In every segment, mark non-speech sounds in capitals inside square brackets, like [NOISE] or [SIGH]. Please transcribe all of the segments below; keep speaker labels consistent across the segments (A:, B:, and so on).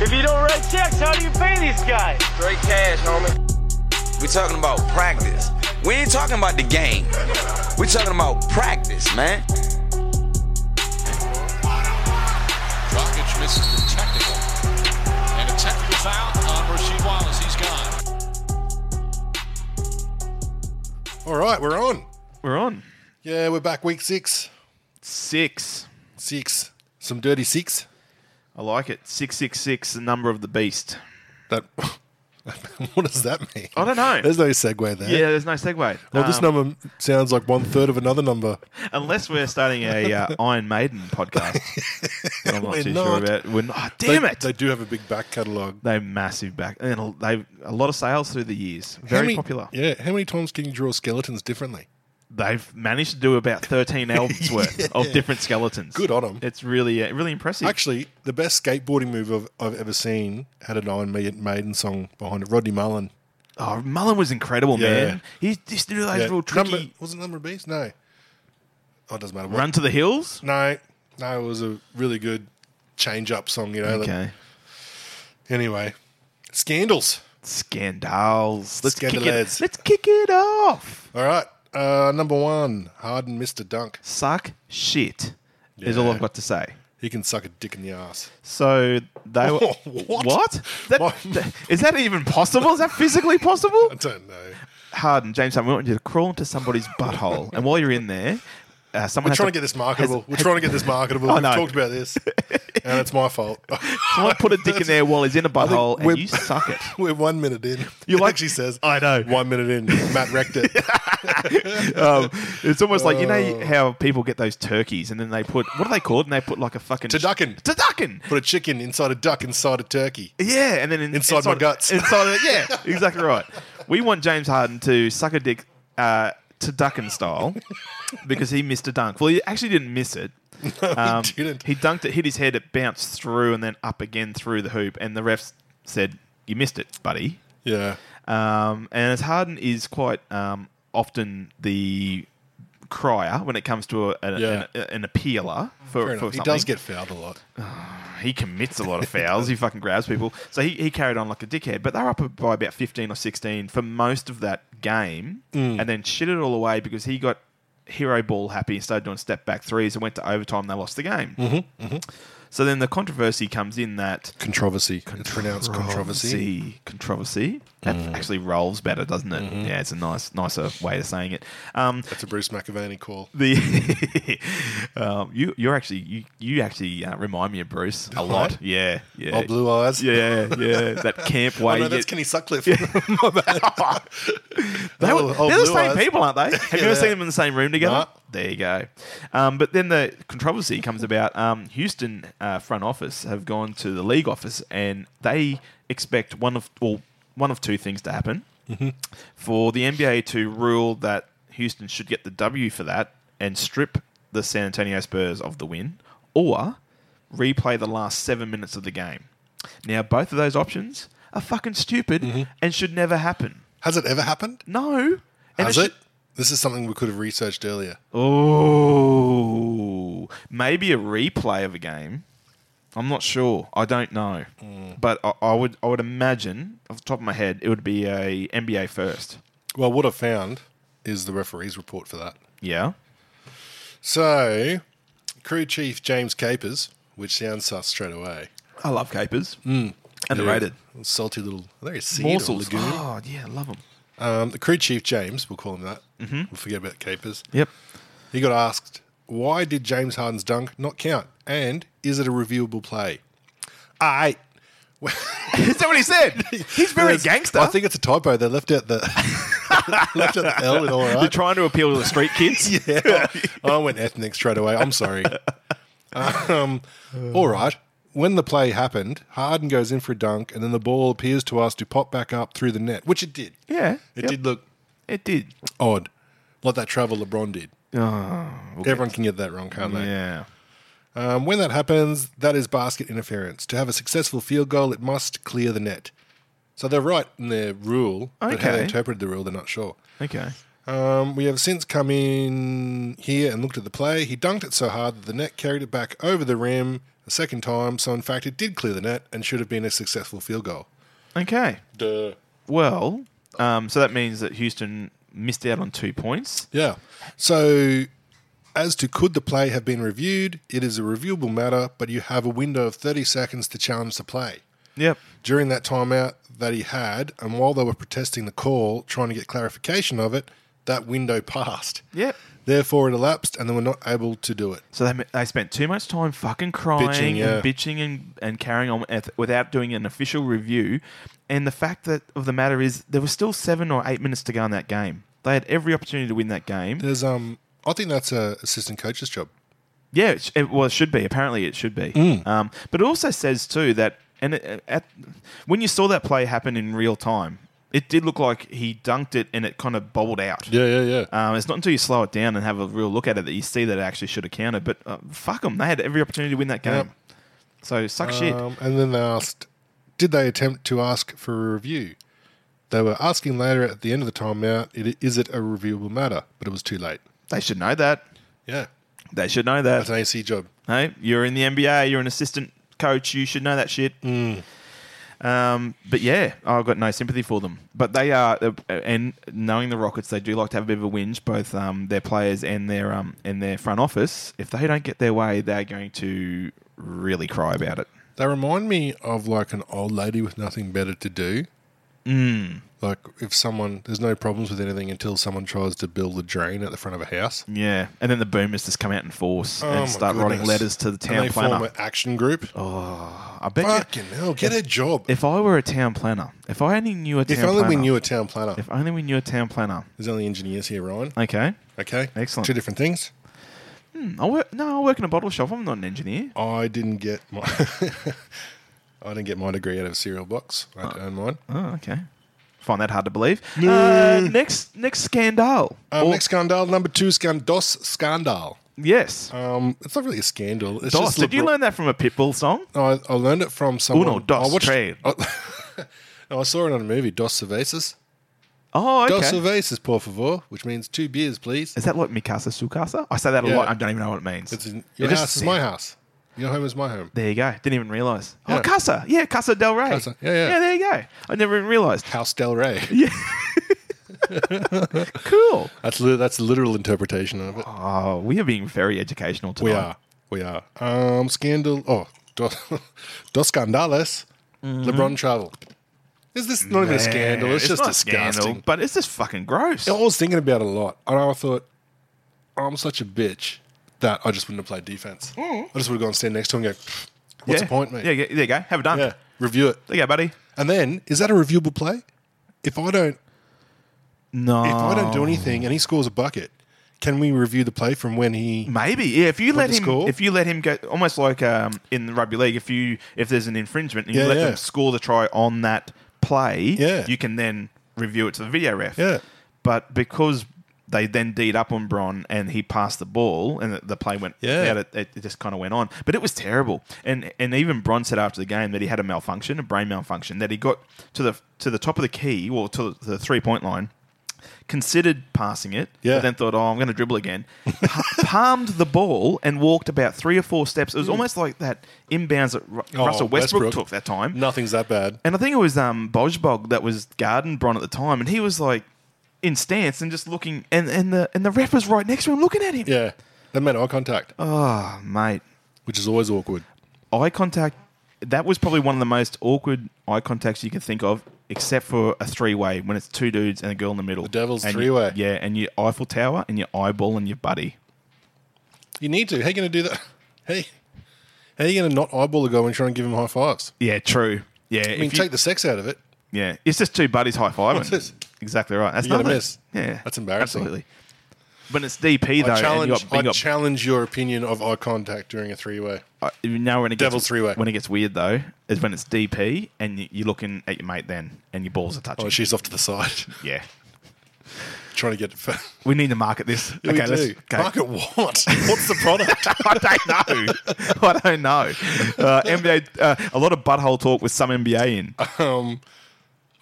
A: If you don't write checks, how do you pay these guys?
B: Straight cash, homie.
C: We're talking about practice. We ain't talking about the game. We're talking about practice, man.
D: Drogic misses the technical. And a technical foul on Rasheed Wallace. He's gone.
E: All right, we're on.
F: We're on.
E: Yeah, we're back week six.
F: Six.
E: Six. Some dirty six.
F: I like it. 666, the number of the beast.
E: That. [LAUGHS] what does that mean?
F: I don't know.
E: There's no segue there.
F: Yeah, there's no segue.
E: Well, this
F: Um,
E: number sounds like one third of another number.
F: Unless we're starting
E: [LAUGHS]
F: a uh, Iron Maiden podcast. that I'm not
E: We're
F: too sure
E: not.
F: about. We're not. oh, damn
E: They-
F: it.
E: They do have a big back catalogue.
F: They massive back and they a lot of sales through the years.
E: How
F: Very
E: many-
F: popular.
E: Yeah. How many times can you draw skeletons differently?
F: They've managed to do about
E: [LAUGHS]
F: thirteen albums worth of different skeletons.
E: Good on 'em.
F: It's really uh, really impressive.
E: Actually, the best skateboarding move I've, I've ever seen had an Iron Maiden song behind it. Rodney Mullen.
F: oh, Mullen was incredible,
E: Yeah.
F: man. He just did those real tricky
E: Number, was it Number of Beast? No. Oh, it doesn't matter. What-
F: run to the hills.
E: No, no, it was a really good change up song, you know. that-
F: Okay.
E: anyway, scandals.
F: Scandals. Let's kick it.
E: Scandalous.
F: Let's kick it off.
E: All right. Uh, number one, Harden missed a dunk.
F: Suck shit. Is all
E: Yeah.
F: I've got to say.
E: He can suck a dick in the ass.
F: So they were
E: [LAUGHS] What?
F: That-
E: My-
F: that- is that even possible? Is that physically possible?
E: I don't know.
F: Harden, James Harden, we want you to crawl into somebody's butthole, and while you're in there, uh,
E: We're
F: someone has
E: trying to get this marketable. We're trying to get this marketable.
F: I
E: We've
F: know.
E: talked about this, and it's my fault.
F: [LAUGHS] Someone put a dick in there while he's in a butthole, and
E: we're-
F: you suck it.
E: [LAUGHS] We're one minute in.
F: You
E: it
F: like-
E: actually says,
F: I know.
E: One minute in, Matt wrecked
F: [LAUGHS]
E: it.
F: Um, [LAUGHS] it's almost like you
E: uh.
F: know how people get those turkeys, and then they put what are they called? And they put like a fucking
E: Turducken.
F: Turducken.
E: Put a chicken inside a duck inside a turkey.
F: Yeah, and then in,
E: Inside my guts.
F: Inside of it, yeah,
E: [LAUGHS]
F: exactly right. We want James Harden to suck a dick uh, to Duckin style because he missed a dunk. Well, he actually didn't miss
E: [LAUGHS]
F: it. Um,
E: didn't.
F: He dunked it, hit his head, it bounced through and then up again through the hoop, and the refs said, "You missed it, buddy."
E: Yeah.
F: Um, and as Harden is quite um, often the crier when it comes to a, an,
E: Yeah.
F: an, an appealer
E: Fair
F: for, for
E: enough. He
F: something
E: does get fouled a lot.
F: he commits a [LAUGHS] lot of fouls. he fucking grabs people. So he, he carried on like a dickhead. But they were up by about 15 or 16 for most of that game and then shit it all away because he got hero ball happy and started doing step back threes and went to overtime and they lost the game. Mm-hmm. So then the controversy comes in that
E: Controversy. It's pronounced controversy.
F: controversy. Mm. Controversy. That actually rolls better, doesn't it? Yeah, it's a nice, nicer way of saying it. Um,
E: That's a Bruce McAvaney call.
F: the [LAUGHS] um, you you're actually you you actually uh, remind me of Bruce [LAUGHS] a lot. Yeah, yeah.
E: Oh, blue eyes.
F: Yeah, yeah. That camp way.
E: Oh, no,
F: you
E: that's
F: get-
E: Kenny Sutcliffe.
F: they were,
E: Oh, oh,
F: they're the
E: blue
F: same
E: eyes.
F: people,
E: [LAUGHS]
F: aren't they? Have
E: Yeah,
F: you ever
E: they
F: seen
E: are.
F: them in the same room together?
E: No.
F: There you go. Um, but then the controversy comes about um, Houston uh, front office have gone to the league office and they expect one of well, one of two things to happen
E: Mm-hmm.
F: for the NBA to rule that Houston should get the W for that and strip the San Antonio Spurs of the win, or replay the last seven minutes of the game. Now, both of those options are fucking stupid
E: Mm-hmm.
F: and should never happen.
E: [LAUGHS] Has it ever happened?
F: No. And
E: Has
F: should-
E: it? This is something we could have researched earlier.
F: Oh, maybe a replay of a game. I'm not sure. I don't know,
E: Mm.
F: but I, I would I would imagine off the top of my head it would be a NBA first.
E: Well, what I found is the referee's report for that.
F: Yeah.
E: So, crew chief James Capers, which sounds sus straight away.
F: I love capers. Mm. Underrated.
E: Salty little, I think it's seed or
F: Morsels.
E: lagoon.
F: [GASPS] Oh, yeah, love them.
E: Um, the crew chief James, we'll call him that. Mm-hmm. We'll forget about Capers.
F: Yep.
E: He got asked, why did James Harden's dunk not count? And is it a reviewable play? Ah, I.
F: [LAUGHS] Is that what he
E: [LAUGHS]
F: said? He's very
E: There's-
F: gangster.
E: I think it's a typo. They left out the [LAUGHS] left out the L in all
F: they're
E: right.
F: trying to appeal to the
E: [LAUGHS]
F: street kids.
E: Yeah. [LAUGHS] I went ethnic straight away. I'm sorry. Um, all right. When the play happened, Harden goes in for a dunk, and then the ball appears to us to pop back up through the net, which it did.
F: Yeah,
E: It
F: yep.
E: did look
F: It did.
E: odd, like that travel LeBron did.
F: we'll get-
E: Everyone can get that wrong, can't they?
F: Oh, Yeah.
E: Um, when that happens, that is basket interference. To have a successful field goal, it must clear the net. So they're right in their rule, but how
F: Okay.
E: they interpreted the rule, they're not sure.
F: Okay.
E: Um, we have since come in here and looked at the play. He dunked it so hard that the net carried it back over the rim a second time, so in fact it did clear the net and should have been a successful field goal.
F: Okay.
E: Duh.
F: Well, um, so that means that Houston missed out on two points.
E: Yeah. So, as to could the play have been reviewed, it is a reviewable matter, but you have a window of 30 seconds to challenge the play.
F: Yep.
E: During that timeout that he had, and while they were protesting the call, trying to get clarification of it, that window [LAUGHS] passed.
F: Yep.
E: Therefore, it elapsed and they were not able to do it.
F: So they, they spent too much time fucking crying
E: Bitching, yeah.
F: and bitching and, and carrying on with- without doing an official review. And the fact that of the matter is, there was still seven or eight minutes to go in that game. They had every opportunity to win that game.
E: There's, um, I think that's a assistant coach's job.
F: Yeah, it, sh- it, well, it should be. Apparently, it should be.
E: Mm.
F: Um, but it also says too that, and it, at, when you saw that play happen in real time, it did look like he dunked it and it kind of bobbled out.
E: Yeah, yeah, yeah.
F: Um, it's not until you slow it down and have a real look at it that you see that it actually should have counted. But uh, fuck them, they had every opportunity to win that game.
E: Yep.
F: So suck shit.
E: Um, and then they asked, did they attempt to ask for a review? They were asking later at the end of the timeout, it, is it a reviewable matter? But it was too late.
F: They should know that.
E: Yeah.
F: They should know
E: That's
F: that.
E: an AC job.
F: Hey, you're in the NBA. You're an assistant coach. You should know that shit.
E: Mm.
F: Um, but yeah, I've got no sympathy for them. But they are, uh, and knowing the Rockets, they do like to have a bit of a whinge, both um, their players and their um, and their front office. If they don't get their way, they're going to really cry about it.
E: They remind me of like an old lady with nothing better to do. Mm.
F: Mm.
E: Like if someone, there's no problems with anything until someone tries to build a drain at the front of a house.
F: Yeah, and then the boomers just come out in force
E: Oh my
F: and start writing
E: goodness.
F: letters to the
E: and
F: town
E: they form
F: planner.
E: an action group.
F: I bet you-
E: Fucking hell, get a job. If,
F: if I were a town planner, if I only knew a town
E: only
F: planner,
E: we knew a town planner.
F: if only we knew a town planner.
E: there's only engineers here, Ryan.
F: Okay,
E: Okay,
F: Excellent.
E: Two different things.
F: I work, no, I work in a bottle shop. I'm not an engineer.
E: I didn't get my. [LAUGHS] I didn't get my degree out of a cereal box. I had to earn mine.
F: Oh, okay. Find that hard to believe. Uh, next, next scandal.
E: Um,
F: Or-
E: next scandal, number two, scan, DOS scandal.
F: yes.
E: Um, it's not really a scandal. It's
F: DOS.
E: just
F: Did you
E: LeBron-
F: learn that from a Pitbull song?
E: I, I learned it from someone.
F: Uno, dos,
E: I watched-
F: tres.
E: I, No, [LAUGHS] I saw it on a movie, Dos Cervezas.
F: Oh, okay.
E: Dos Cervezas, por favor, which means two beers, please.
F: is that like Mikasa Sukasa? I say that a
E: Yeah.
F: lot. I don't even know what it means.
E: It's in,
F: It
E: your
F: just
E: house is
F: said-
E: my house. Your home is my home.
F: There you go. Didn't even realize.
E: Yeah.
F: Oh, Casa. Yeah, Casa Del Rey.
E: Casa. Yeah, yeah.
F: Yeah, there you go. I never even realized.
E: House Del Rey.
F: Cool.
E: That's li- that's the literal interpretation of it.
F: Oh, we are being very educational tonight.
E: we are. We are. Um, scandal. Oh, [LAUGHS] Dos, dos Scandales.
F: Mm-hmm.
E: LeBron travel. Is this not even a scandal? It's, just Oh,
F: not
E: a scandal.
F: but it's just fucking gross.
E: I was thinking about it a lot, and I thought, I'm such a bitch that I just wouldn't have played defense. I just would have gone stand next to him and go, what's
F: Mm. yeah.
E: the point, mate?
F: Yeah, yeah, there you go. Have it done.
E: Yeah, review it.
F: There you go, buddy.
E: And then, is that a reviewable play? If I don't,
F: No.
E: if I
F: Oh.
E: don't do anything and he scores a bucket, can we review the play from when he?
F: Maybe yeah. If you let
E: the
F: him,
E: score?
F: if you let him go, almost like um, in the rugby league, if you if there's an infringement and
E: Yeah,
F: you let
E: yeah.
F: them score the try on that play,
E: Yeah.
F: you can then review it to the video ref.
E: Yeah.
F: But because they then D'd up on Bron and he passed the ball and the, the play went
E: Yeah.
F: out, it, it it just kind of went on. But it was terrible. And and even Bron said after the game that he had a malfunction, a brain malfunction, that he got to the to the top of the key or to the three point line considered passing it,
E: Yeah.
F: but then thought, oh, I'm going to dribble again. Pa- [LAUGHS] palmed the ball and walked about three or four steps. It was almost like that inbounds that Ru-
E: Hmm. Oh,
F: Russell Westbrook,
E: Westbrook.
F: took that time.
E: Nothing's that bad.
F: And I think it was um, Bojbog that was guarding Bron at the time, and he was like in stance and just looking, and, and the and the ref was right next to him looking at him.
E: Yeah, they made eye contact,
F: Oh, mate.
E: which is always awkward.
F: eye contact. That was probably one of the most awkward eye contacts you can think of, except for a three-way when it's two dudes and a girl in the middle. The
E: devil's three-way.
F: Yeah, and you Eiffel Tower and your eyeball and your buddy.
E: You need to. How you going to do that? [LAUGHS] Hey, how you going to not eyeball a guy when you're trying to give him high fives?
F: Yeah, true. Yeah,
E: I mean, take the sex out of it.
F: yeah, it's just two buddies high fiving.
E: What's this?
F: Exactly right. That's
E: You get a
F: nothing.
E: miss.
F: Yeah,
E: That's embarrassing.
F: Absolutely. When it's DP though,
E: I
F: and you
E: challenge.
F: got, you
E: I
F: got-
E: challenge your opinion of eye contact during a three-way.
F: uh, now when it
E: Devil's
F: gets,
E: three-way.
F: When it gets weird though, is when it's DP and you- you're looking at your mate then, and your balls are touching.
E: Oh, she's off to the side, [LAUGHS]
F: yeah,
E: trying to get.
F: we need to market this.
E: Yeah,
F: okay,
E: we
F: let's
E: do.
F: go.
E: Market what? [LAUGHS] What's the product?
F: [LAUGHS] I don't know. [LAUGHS] I don't know. Uh, NBA, uh, a lot of butthole talk with some NBA in.
E: Um,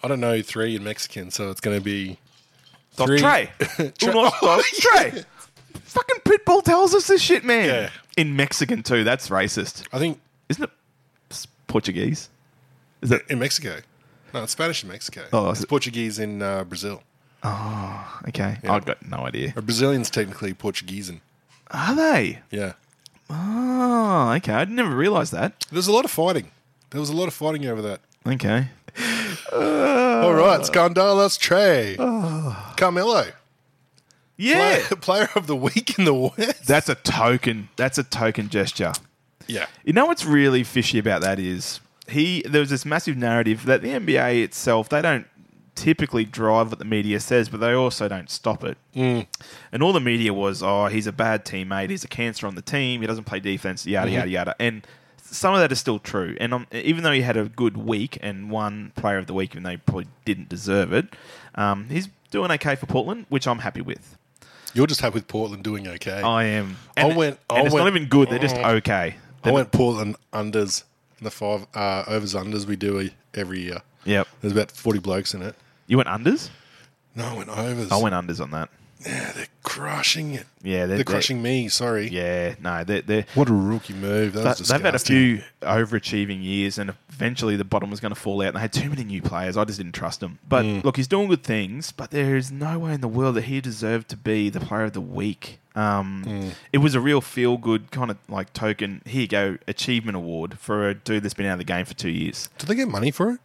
E: I don't know three in Mexican, so it's going to be
F: Doc
E: three. [LAUGHS] Oh,
F: Trey. Unos dos, Trey. Fucking Pitbull tells us this shit, man.
E: Yeah.
F: In Mexican, too. That's racist.
E: I think
F: Isn't it s- Portuguese? Is that
E: in Mexico. No, it's Spanish in Mexico.
F: Oh,
E: it's
F: is it-
E: Portuguese in uh, Brazil.
F: okay? I've got no idea.
E: Or Brazilians technically Portuguese. in-
F: Are they?
E: Yeah.
F: Oh, okay. I never realised that.
E: There's a lot of fighting. There was a lot of fighting over that. Uh,
F: Okay.
E: All right, Scandalas [SIGHS] Trey. Carmelo.
F: Yeah.
E: Player, [LAUGHS] player of the week in the West.
F: That's a token. That's a token gesture.
E: yeah.
F: You know what's really fishy about that is he. There was this massive narrative that the NBA itself they don't typically drive what the media says, but they also don't stop it.
E: Mm.
F: And all the media was, oh, he's a bad teammate. He's a cancer on the team. He doesn't play defense. Yada
E: Mm-hmm.
F: yada yada. And some of that is still true. And um, even though he had a good week and one player of the week, even though he probably didn't deserve it, um, he's doing okay for Portland, which I'm happy with.
E: You're just happy with Portland doing okay.
F: I am.
E: I
F: And-
E: went-
F: and
E: I
F: it's
E: went-
F: not
E: Oh.
F: even good. They're just okay.
E: I went Portland unders in the five uh, overs unders we do e- every year.
F: Yep.
E: There's about 40 blokes in it.
F: You went unders.
E: No, I went overs.
F: I went unders on that.
E: Yeah, they're crushing it.
F: Yeah,
E: they're,
F: they're-
E: crushing me. Sorry.
F: Yeah, no, they're, they're
E: What a rookie move. That was
F: they've had a
E: disgusting.
F: few overachieving years, and eventually the bottom was going to fall out. And they had too many new players. I just didn't trust him. But look, he's doing good things. But there is no way in the world that he deserved to be the player of the week. Um, It was a real feel good kind of like token. Here you go, achievement award for a dude that's been out of the game for two years.
E: Do they get money for it?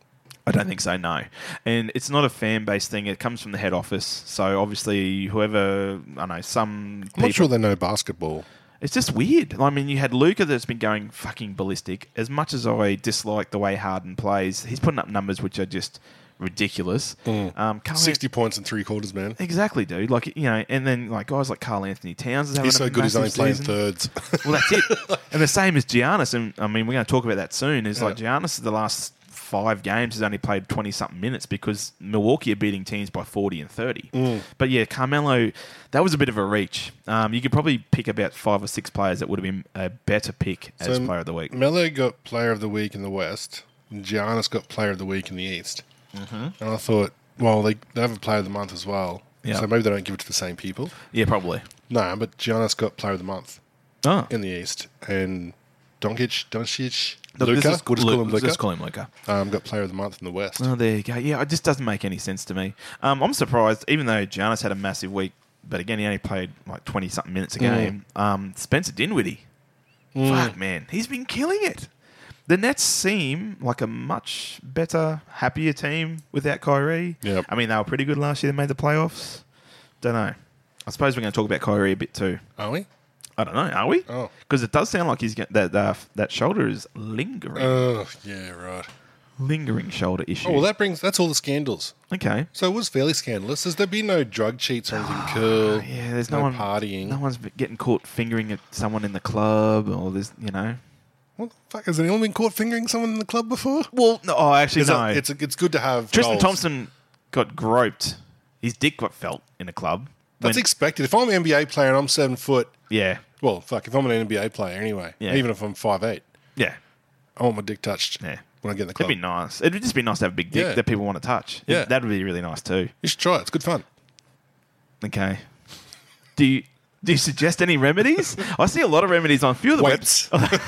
F: I don't think so, no. And it's not a fan base thing. It comes from the head office. So obviously, whoever I know, some
E: I'm
F: people,
E: not sure they know basketball.
F: it's just weird. I mean, you had Luca that's been going fucking ballistic. As much as I dislike the way Harden plays, he's putting up numbers which are just ridiculous. Um, Karl-
E: 60 points in three quarters, man.
F: exactly, dude. Like you know, and then like guys like Carl Anthony Towns is having
E: He's
F: a
E: so good, he's
F: massive
E: only playing
F: season.
E: thirds. [LAUGHS]
F: Well, that's it. and the same as Giannis, and I mean, we're going to talk about that soon. Is like Giannis, the last five games has only played twenty something minutes because Milwaukee are beating teams by forty and thirty.
E: Mm.
F: But yeah, Carmelo, that was a bit of a reach. Um, you could probably pick about five or six players that would have been a better pick as player of the week.
E: Melo got player of the week in the West. And Giannis got player of the week in the East. Mm-hmm. And I thought, well, they, they have a player of the month as well.
F: Yeah.
E: So maybe they don't give it to the same people.
F: Yeah, probably.
E: No, but Giannis got player of the month
F: Oh,
E: in the East. And Donkic, Doncic,
F: Look,
E: Luca,
F: this is-
E: we'll just call
F: Lu-
E: him
F: let's
E: Luca,
F: call him Luca.
E: um, got player of the month in the West.
F: Oh, there you go. Yeah, it just doesn't make any sense to me. Um, I'm surprised, even though Giannis had a massive week, but again, he only played like 20 something minutes a game. Um, Spencer Dinwiddie. Fuck, man. He's been killing it. The Nets seem like a much better, happier team without Kyrie.
E: Yep.
F: I mean, they were pretty good last year. They made the playoffs. Don't know. I suppose we're going to talk about Kyrie a bit too.
E: Are we?
F: I don't know. Are we?
E: Oh.
F: Because it does sound like he's get, that uh, that shoulder is lingering,
E: Oh, yeah, right.
F: lingering shoulder issue.
E: Oh, well, that brings, that's all the scandals.
F: okay.
E: So it was fairly scandalous. Has there been no drug cheats or anything cool?
F: Ah, Yeah, there's no,
E: Oh, no
F: one
E: partying.
F: No one's getting caught fingering at someone in the club, or there's you know.
E: What the fuck? Has anyone been caught fingering someone in the club before?
F: Well, no, oh, actually,
E: It's,
F: no.
E: a- it's, a- it's good to have.
F: Tristan
E: goals.
F: Thompson got groped. His dick got felt in a club.
E: That's
F: when-
E: expected. If I'm an NBA player and I'm seven foot,
F: yeah,
E: well, fuck, if I'm an NBA player anyway,
F: Yeah.
E: even if I'm five eight,
F: yeah.
E: I want my dick touched
F: Yeah.
E: when I get in the club.
F: It'd be nice. It'd just be nice to have a big dick
E: Yeah.
F: that people want to touch.
E: Yeah.
F: that would be really nice too.
E: You should try it. It's good fun.
F: Okay. Do you do you suggest any remedies? I see a lot of remedies on a few of the
E: Weights.
F: webs.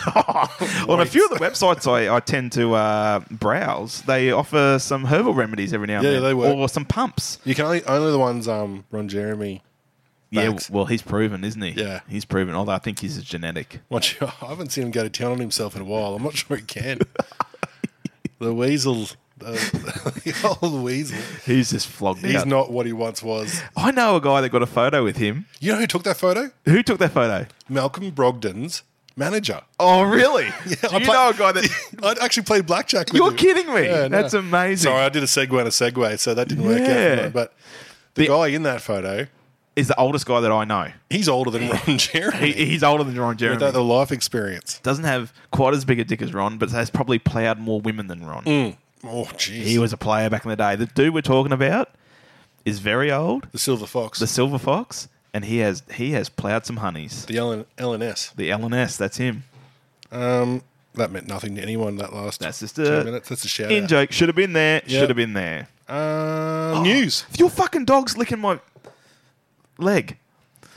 F: [LAUGHS] on a few of the websites I, I tend to uh, browse, they offer some herbal remedies every now and
E: Yeah,
F: then,
E: they work.
F: or some pumps.
E: You can only only the ones um Ron Jeremy. Thanks.
F: Yeah, well, he's proven, isn't he?
E: Yeah.
F: he's proven. Although I think he's a genetic.
E: Watch, [LAUGHS] I haven't seen him go to town on himself in a while. I'm not sure he
F: [LAUGHS]
E: can. the weasel, the, [LAUGHS] the old weasel.
F: He's just flogged
E: He's
F: out.
E: not what he once was.
F: I know a guy that got a photo with him.
E: You know who took that photo?
F: Who took that photo?
E: Malcolm Brogdon's manager.
F: Oh, really? [LAUGHS] yeah, Do
E: I
F: you
E: play-
F: know a guy that?
E: [LAUGHS] I'd actually played blackjack with
F: You're
E: him.
F: kidding me.
E: Yeah, no.
F: That's amazing.
E: Sorry, I did a segue and a segue, so that didn't work out.
F: Yeah.
E: for me, But the, guy in that photo,
F: Is the oldest guy that I know.
E: he's older than Ron Jeremy.
F: He, he's older than Ron Jeremy.
E: Without the life experience.
F: doesn't have quite as big a dick as Ron, but has probably played more women than Ron.
E: Oh, jeez.
F: He was a player back in the day. The dude we're talking about is very old,
E: the Silver Fox,
F: the
E: the,
F: Silver Fox, and he has he has ploughed some honeys. The,
E: LN, LNS.
F: LNS, that's him.
E: That meant nothing to anyone. That last
F: That's just
E: two
F: a
E: minutes. That's a shout
F: in joke. Should have been there.
E: Yeah.
F: Should have been there.
E: out.
F: Oh.
E: Uh, News. [LAUGHS]
F: Your fucking dog's licking my leg.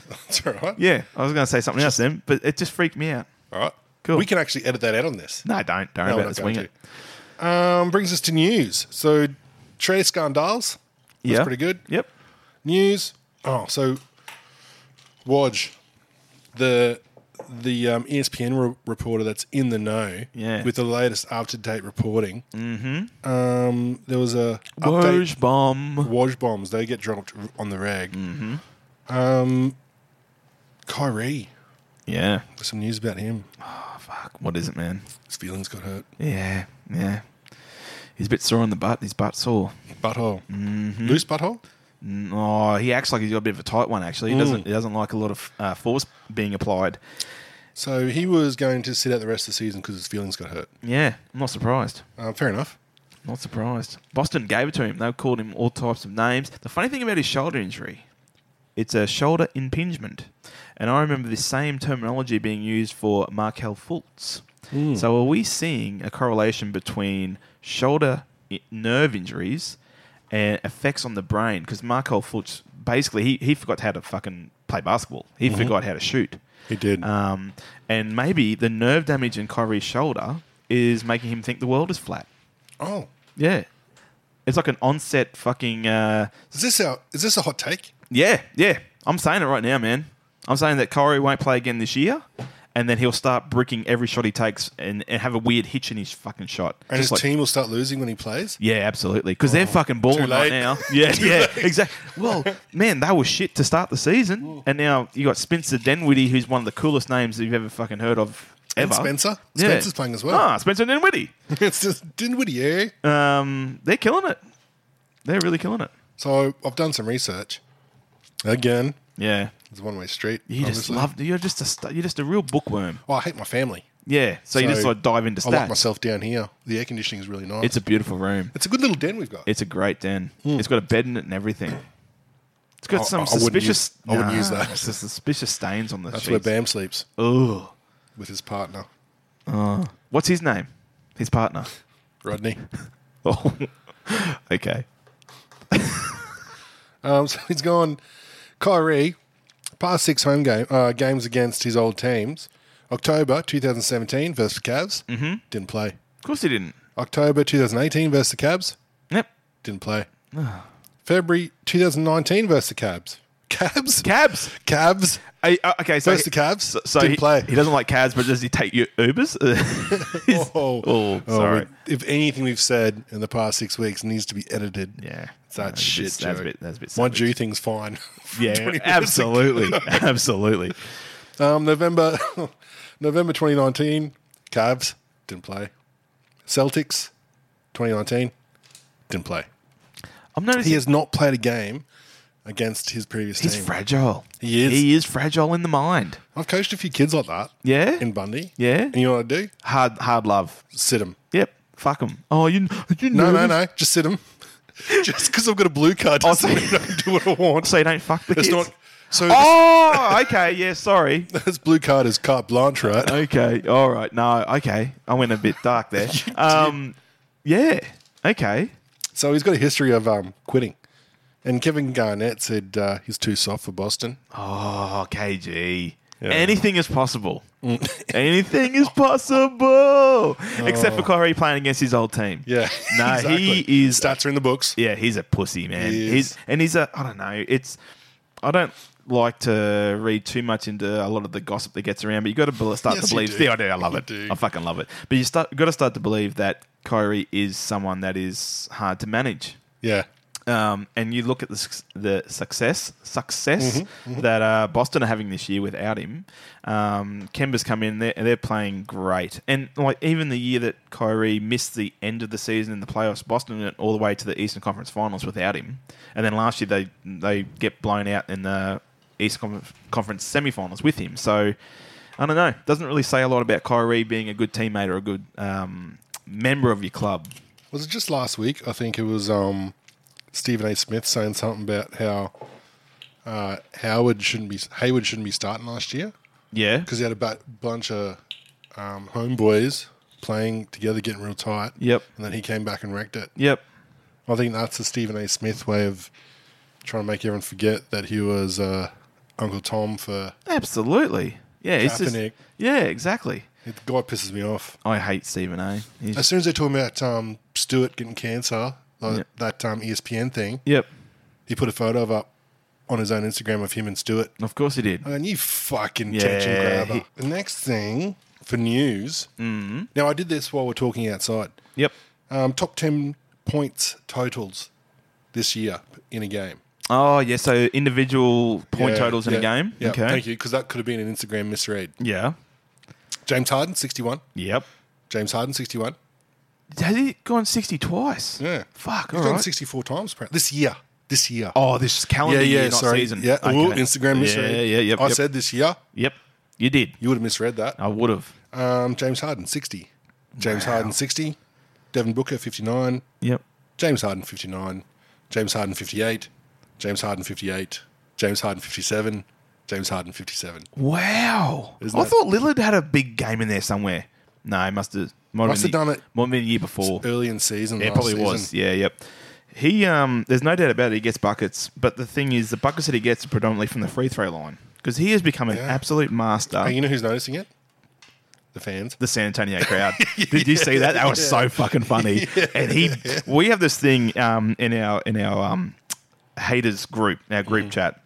E: That's all right.
F: Yeah, I was going to say something else then, but it just freaked me out.
E: All right.
F: Cool.
E: We can actually edit that out on this.
F: No, don't.
E: No,
F: Don't worry
E: we're
F: about
E: not
F: this. Wing
E: going
F: it.
E: to. Um, brings us to news. So Trey Scandals. That's
F: yeah.
E: pretty good.
F: Yep.
E: News. Oh, so Wodge, the the um, ESPN re- reporter that's in the know
F: Yeah.
E: with the latest up to date reporting. Mm-hmm. Um, there was a update.
F: Woj bomb.
E: Woj bombs they get dropped on the rag. Mm-hmm. Um, Kyrie.
F: Yeah. Oh,
E: There's some news about him.
F: Fuck. What is it, man?
E: His feelings got hurt.
F: Yeah. Yeah. He's a bit sore on the butt. His butt's sore.
E: Butthole. Loose butthole.
F: Oh, he acts like he's got a bit of a tight one.
E: Mm.
F: Actually, he doesn't. He doesn't like a lot of uh, force being applied.
E: So he was going to sit out the rest of the season because his feelings got hurt.
F: Yeah, I'm not surprised.
E: Uh, fair enough.
F: Not surprised. Boston gave it to him. They called him all types of names. The funny thing about his shoulder injury, it's a shoulder impingement, and I remember this same terminology being used for Markel Fultz. So are we seeing a correlation between shoulder i- nerve injuries and effects on the brain? Because Markel Fultz basically he, he forgot how to fucking play basketball. He forgot how to shoot.
E: He did.
F: Um, and maybe the nerve damage in Kyrie's shoulder is making him think the world is flat.
E: oh,
F: Yeah. It's like an onset fucking. Uh,
E: is this our? Is this a hot take?
F: yeah, yeah. I'm saying it right now, man. I'm saying that Corey won't play again this year, and then he'll start bricking every shot he takes and, and have a weird hitch in his fucking shot.
E: And
F: Just
E: his
F: like-
E: team will start losing when he plays.
F: Yeah, absolutely. Because they're fucking balling
E: late. [LAUGHS]
F: right now. Yeah, yeah, exactly. Well, man, they were shit to start the season, and now you got Spencer Denwitty, who's one of the coolest names that you've ever fucking heard of.
E: And
F: Ever.
E: Spencer.
F: Yeah.
E: Spencer's playing as well.
F: Ah, Spencer Denwitty.
E: [LAUGHS] it's just Dinwiddie. Yeah.
F: Um, they're killing it. They're really killing it.
E: So I've done some research. Again,
F: Yeah.
E: it's a one-way street.
F: You just
E: obviously.
F: love. You're just a. st- You're just a real bookworm.
E: Oh, I hate my family.
F: Yeah. So, you
E: So,
F: just sort of dive into
E: I
F: stats.
E: lock myself down here. The air conditioning is really nice.
F: It's a beautiful room.
E: it's a good little den we've got.
F: It's a great den. It's got a bed in it and everything. It's got
E: Hmm. I-
F: some
E: I wouldn't
F: suspicious.
E: use- I wouldn't use that.
F: It's just suspicious stains on the.
E: That's
F: That's
E: where Bam sleeps
F: Ugh.
E: with his partner
F: What's his name?
E: [LAUGHS]
F: His partner.
E: Rodney.
F: Oh. [LAUGHS] okay.
E: Um, so he's gone. Kyrie, past six home game uh, games against his old teams. October 2017 versus the Cavs. Mm-hmm. Didn't play.
F: Of course he didn't.
E: October 2018 versus the Cavs.
F: Yep.
E: Didn't play. February 2019 versus the Cavs. Cavs?
F: Cabs.
E: Cavs.
F: I, uh, okay. So
E: Versus
F: he-
E: the Cavs.
F: So, so
E: Didn't
F: he,
E: play.
F: he doesn't like cabs, but does he take you Ubers? [LAUGHS] He's-
E: [LAUGHS] Oh,
F: oh, sorry.
E: we- if anything we've said in the past six weeks needs to be edited.
F: yeah.
E: It's that
F: No,
E: shit
F: That's, that's a
E: joke.
F: bit. That's a bit.
E: My
F: savage.
E: Jew thing's fine. [LAUGHS]
F: Yeah, absolutely, absolutely.
E: Um, November, [LAUGHS] November 2019, Cavs didn't play. Celtics 2019 didn't play.
F: I'm
E: He
F: noticing
E: has not played a game against his previous
F: he's
E: team.
F: fragile.
E: He is.
F: He is fragile in the mind.
E: I've coached a few kids like that.
F: Yeah?
E: in Bundy.
F: Yeah.
E: and you know what I do?
F: Hard, hard love.
E: Sit them.
F: Yep. Fuck him. Oh, you. you
E: No, no,
F: nervous?
E: no. Just sit them. [LAUGHS] Just because I've got a blue card [LAUGHS] doesn't
F: Oh, so-
E: mean I can do what I want.
F: So you don't fuck the
E: it's
F: kids.
E: not. [LAUGHS] So
F: oh, okay.
E: [LAUGHS]
F: Yeah. Sorry.
E: this, this blue card is carte blanche, right?
F: Okay. All right. No. Okay. I went a bit
E: [LAUGHS]
F: dark there. Um. Yeah. Okay.
E: So he's got a history of um, quitting. And Kevin Garnett said uh, he's too soft for Boston.
F: Oh, KG. Anything is possible.
E: Mm. [LAUGHS]
F: Anything is possible, except
E: Oh.
F: for Kyrie playing against his old team.
E: Yeah. [LAUGHS]
F: No,
E: exactly.
F: he is
E: Stats are in the books.
F: Yeah, he's a pussy, man.
E: He is.
F: He's and he's a I don't know. It's I don't like to read too much into a lot of the gossip that gets around, but you got to bel- start
E: Yes,
F: to
E: you
F: believe.
E: do.
F: Yeah, I do. I love
E: You
F: it.
E: do.
F: I fucking love it. But you start got to start to believe that Kyrie is someone that is hard to manage.
E: Yeah.
F: Um, and you look at the suc- the success success that uh, Boston are having this year without him. Um, Kemba's come in; they're, they're playing great, and like even the year that Kyrie missed the end of the season in the playoffs, Boston went all the way to the Eastern Conference Finals without him, and then last year they they get blown out in the Eastern Conference- Conference semifinals with him. So I don't know; doesn't really say a lot about Kyrie being a good teammate or a good um, member of your club.
E: Was it just last week? I think it was um, Stephen A. Smith saying something about how uh, Howard shouldn't be Hayward shouldn't be starting last year
F: Yeah.
E: because he had a bu- bunch of um, homeboys playing together, getting real tight.
F: Yep.
E: And then he came back and wrecked it.
F: Yep.
E: I think that's the Stephen A. Smith way of trying to make everyone forget that he was uh, Uncle Tom for
F: Absolutely. Yeah, it's just
E: Kaepernick.
F: yeah, exactly.
E: The guy pisses me off.
F: I hate Stephen A. He's
E: As soon as they're talking about um, Stewart getting cancer, like
F: Yep.
E: that um, ESPN thing,
F: yep.
E: he put a photo of up on his own Instagram of him and Stewart.
F: Of course he did.
E: I mean, you fucking attention
F: Yeah,
E: grabber.
F: he-
E: the next thing for news. Mm-hmm. Now, I did this while we're talking outside.
F: Yep.
E: Um, top 10 points totals this year in a game.
F: Oh yeah. So individual point
E: Yeah,
F: totals in
E: yeah,
F: a game.
E: Yeah,
F: okay.
E: Thank you, because that could have been an Instagram misread.
F: Yeah.
E: James Harden, 61.
F: Yep.
E: James Harden, 61.
F: Has he gone sixty twice?
E: Yeah.
F: Fuck.
E: He's
F: all
E: gone
F: right.
E: 64 times apparently. this year. This year.
F: Oh, this calendar
E: yeah,
F: year,
E: yeah,
F: not
E: sorry.
F: season.
E: Yeah,
F: Okay.
E: ooh, Instagram misread.
F: Yeah, yeah, yep.
E: I
F: yep.
E: said this year.
F: Yep. You did.
E: You would have misread that.
F: I would have.
E: Um, James Harden, 60. James Harden, 60. Devin Booker, 59.
F: Yep.
E: James Harden 59, James Harden 58, James Harden 58, James Harden 57, James Harden 57.
F: Wow.
E: Isn't
F: I
E: that-
F: thought Lillard had a big game in there somewhere. No, he must have. Might
E: Must
F: been
E: have
F: the-
E: done it
F: Might have been the year before.
E: Early in season,
F: Yeah,
E: last
F: probably
E: season.
F: was. Yeah, yep. He, um, there's no doubt about it. He gets buckets, but the thing is, the buckets that he gets are predominantly from the free throw line because he has become an
E: Yeah.
F: absolute master.
E: Hey, you know who's noticing it? The fans.
F: [LAUGHS] the San Antonio crowd. Did you see that? That was so fucking funny. And he, we have this thing um, in our in our um, haters group, our group chat,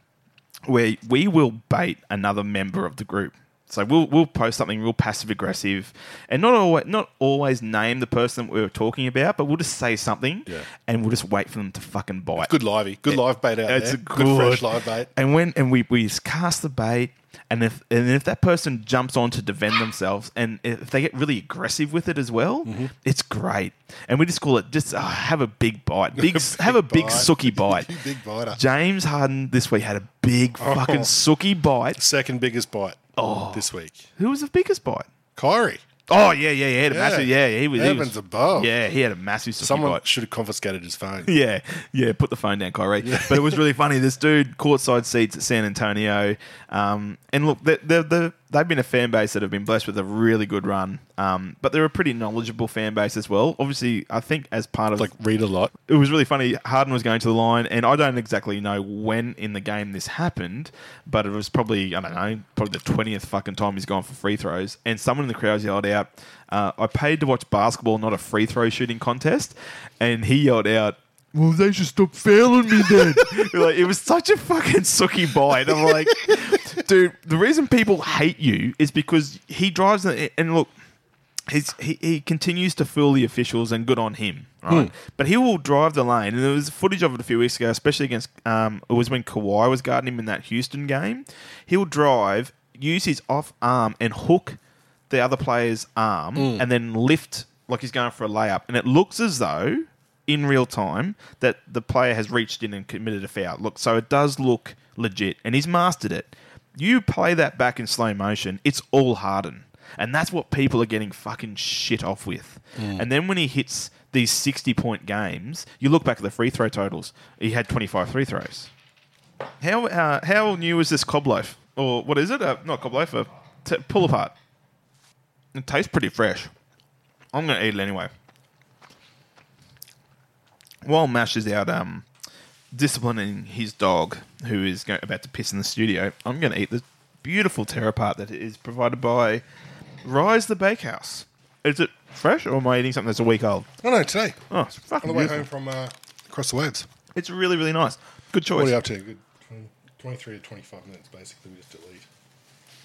F: where we will bait another member of the group. So we'll we'll post something real passive aggressive, and not always not always name the person that we were talking about, but we'll just say something,
E: Yeah.
F: and we'll just wait for them to fucking bite.
E: Good livey. Good live bait out
F: It's
E: there.
F: a
E: good fresh live bait.
F: And when and we, we cast the bait, and if and if that person jumps on to defend themselves, and if they get really aggressive with it as well,
E: Mm-hmm.
F: it's great. And we just call it just uh, have a
E: [LAUGHS]
F: big bite, big, have a big
E: bite.
F: sookie bite.
E: You [LAUGHS] big biter.
F: James Harden this week had a big
E: Oh.
F: fucking sookie bite.
E: Second biggest bite
F: Oh.
E: this week.
F: Who was the biggest bite?
E: Kyrie.
F: Oh yeah, yeah, yeah, had a massive. Yeah, he was. he
E: Heavens
F: was-
E: above.
F: Yeah, he had a massive sookie
E: Someone
F: bite.
E: should have confiscated his phone.
F: [LAUGHS] Yeah, yeah. Put the phone down, Kyrie. But it was really funny. This dude, courtside seats at San Antonio, um, and look, they they they they've been a fan base that have been blessed with a really good run. Um, but they're a pretty knowledgeable fan base as well. Obviously, I think as part of
E: Like, read a lot.
F: it was really funny. Harden was going to the line, and I don't exactly know when in the game this happened, but it was probably I don't know, probably the twentieth fucking time he's gone for free throws, and someone in the crowd yelled out, uh, "I paid to watch basketball, not a free throw shooting contest," and he yelled out. Well, they should stop failing me then. [LAUGHS] like, it was such a fucking sucky bite. I'm like, [LAUGHS] dude, the reason people hate you is because he drives. the- And look, He's, he, he continues to fool the officials, and good on him, right? But he will drive the lane. And there was footage of it a few weeks ago, especially against um, it was when Kawhi was guarding him in that Houston game. He'll drive, use his off arm, and hook the other player's arm, and then lift like he's going for a layup. And it looks as though in real time that the player has reached in and committed a foul. Look, so it does look legit, and he's mastered it. You play that back in slow motion, it's all Harden. And that's what people are getting fucking shit off with. And then when he hits these 60 point games, you look back at the free throw totals, he had 25 free throws. How, uh, how new is this cob loaf? Or what is it? Uh, not cob loaf, uh, t- pull apart. It tastes pretty fresh. I'm going to eat it anyway. While Mash is out um, disciplining his dog, who is go- about to piss in the studio, I'm going to eat the beautiful terra part that is provided by Rise the Bakehouse. Is it fresh, or am I eating something that's a week old?
E: Oh, no, today.
F: Oh, it's
E: On
F: fucking
E: the way
F: beautiful.
E: home from uh, across the waves.
F: It's really, really nice. Good
E: What are
F: choice.
E: you up to? Good. 23 to 25 minutes, basically. We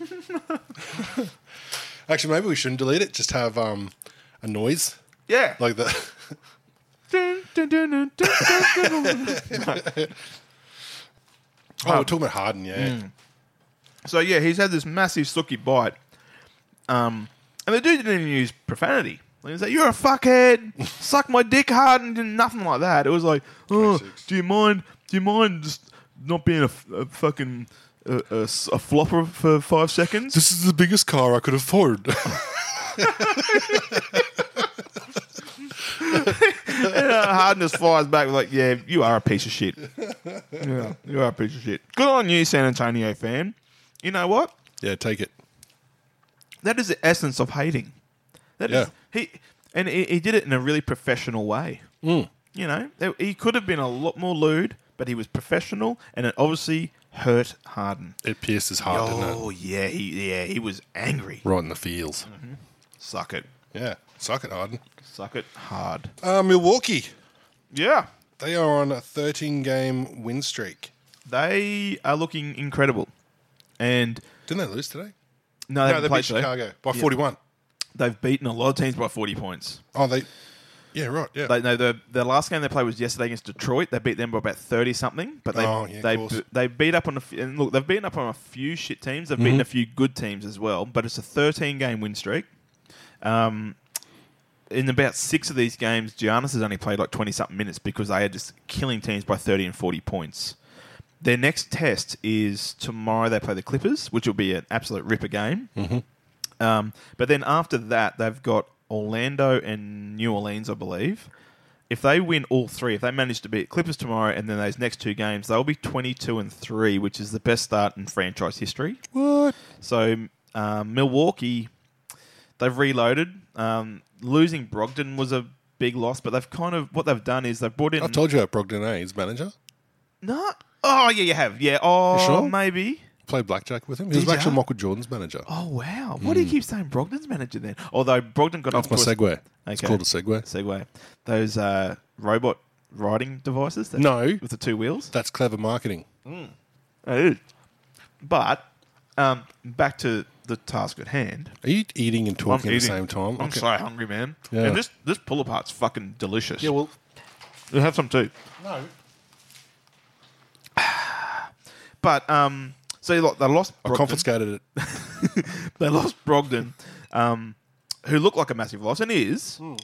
E: just delete.
F: [LAUGHS]
E: Actually, maybe we shouldn't delete it. Just have um, a noise.
F: Yeah.
E: Like the. [LAUGHS]
F: Dun, dun, dun, dun, [LAUGHS] dun, dun.
E: Oh, we're
F: Um,
E: talking about Harden, yeah.
F: hmm. so yeah, he's had this massive sookie bite, um, and the dude didn't even use profanity. He was like, "You're a fuckhead, suck my dick hard," and did nothing like that. It was like, "Oh,
E: 26.
F: do you mind? Do you mind just not being a, f- a fucking a, a s- a flopper for five seconds?"
E: This is the biggest car I could afford. [LAUGHS]
F: Uh, Harden just flies back like, yeah, you are a piece of shit. Yeah, you are a piece of shit. Good on you, San Antonio fan. You know what?
E: yeah, take it.
F: That is the essence of hating. That
E: Yeah.
F: is he, and he, he did it in a really professional way.
E: Hmm.
F: You know, he could have been a lot more lewd, but he was professional, and it obviously hurt Harden.
E: It pierced his heart, didn't it?
F: Oh yeah, he yeah he was angry.
E: Right in the feels.
F: Suck it,
E: Mm-hmm. Yeah. Suck it, Harden.
F: suck it hard.
E: Uh, Milwaukee.
F: Yeah,
E: They are on a 13 game win streak.
F: they are looking incredible, and
E: Didn't they lose today? no,
F: no, they
E: they
F: haven't
E: beat
F: played today.
E: Chicago by
F: Yeah.
E: 41.
F: They've beaten a lot of teams by forty points.
E: Oh, they. Yeah, right. Yeah.
F: They, no, the the last game they played was yesterday against Detroit. They beat them by about thirty something, but they
E: Oh, yeah, of
F: they
E: course.
F: they beat up on a f- and look they've beaten up on a few shit teams. They've
E: Mm-hmm.
F: beaten a few good teams as well, but it's a thirteen game win streak. Um, in about six of these games, Giannis has only played like twenty something minutes because they are just killing teams by thirty and forty points. Their next test is tomorrow. They play the Clippers, which will be an absolute ripper game.
E: Mm-hmm.
F: Um, but then after that, they've got Orlando and New Orleans, I believe. If they win all three, if they manage to beat Clippers tomorrow and then those next two games, they'll be 22 and 3, which is the best start in franchise history.
E: what?
F: So um, Milwaukee, they've reloaded. Um, losing Brogdon was a big loss, but they've kind of, what they've done is they've brought in.
E: I told you about Brogdon, eh? His manager.
F: no. Oh, yeah, you have. Yeah. Oh,
E: You sure?
F: maybe.
E: Played blackjack with him. He was
F: ya?
E: actually Michael Jordan's manager.
F: Oh, wow. What do you keep saying Brogdon's manager then? Although Brogdon got off
E: That's Hmm. my
F: to a-
E: segue. It's
F: Okay.
E: called a segue.
F: Segway. Those uh, robot riding devices? That,
E: No.
F: With the two wheels?
E: That's clever marketing.
F: But um, back to the task at hand.
E: Are you eating and talking at
F: eating.
E: the same time?
F: I'm so hungry, man.
E: Yeah.
F: And this, this pull apart's fucking delicious.
E: well,
F: You have some too.
E: no.
F: But um, so like, they lost
E: I
F: Brogdon.
E: confiscated it.
F: [LAUGHS] They lost Brogdon, um, who looked like a massive loss and is.
E: Hmm.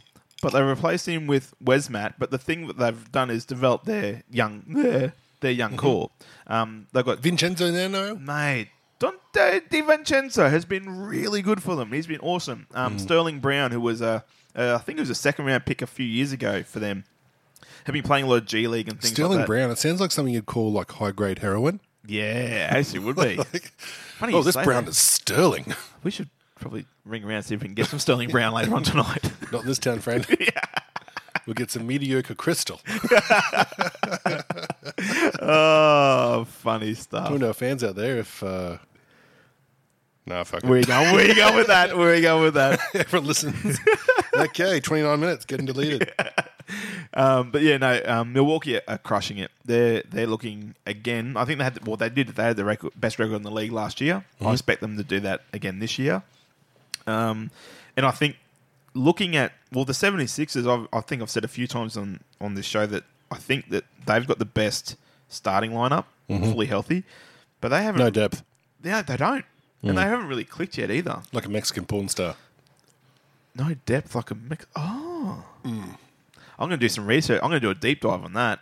F: But they replaced him with Wesmat. But the thing that they've done is develop their young their their young
E: Mm-hmm.
F: core. Um, they've got
E: Vincenzo Nano.
F: mate. Dante DiVincenzo has been really good for them. He's been awesome. Um,
E: Mm.
F: Sterling Brown, who was a, uh, I think it was a second round pick a few years ago for them, have been playing a lot of G League and things
E: Sterling
F: like that.
E: Brown. It sounds like something you'd call like high grade
F: [LAUGHS]
E: heroin.
F: Yeah, actually
E: [LAUGHS]
F: would be. Funny
E: oh,
F: you
E: this
F: say
E: Brown
F: that.
E: is
F: [LAUGHS]
E: sterling.
F: We should probably ring around and see if we can get some Sterling Brown later on
E: [LAUGHS]
F: tonight.
E: Not this town,
F: [LAUGHS]
E: friend. We'll get some mediocre crystal.
F: oh, funny
E: I
F: stuff.
E: wonder our fans out there if. Uh... No, fuck
F: Where
E: it.
F: you [LAUGHS] going? Where you going with that? Where you going with that?
E: Everyone
F: [LAUGHS]
E: listens. okay, 29 minutes, getting deleted.
F: Um, but yeah, no, um, Milwaukee are, are crushing it. They're they're looking again. I think they had the, well, they did. They had the record, best record in the league last year. I expect them to do that again this year. Um, and I think looking at well, the 76ers, I've, I think I've said a few times on on this show that I think that they've got the best starting lineup, fully healthy, but they haven't.
E: No depth.
F: they, they don't, and they haven't really clicked yet either.
E: Like a Mexican porn star.
F: No depth, like a mix. Oh, I'm going to do some research. I'm going to do a deep dive on that.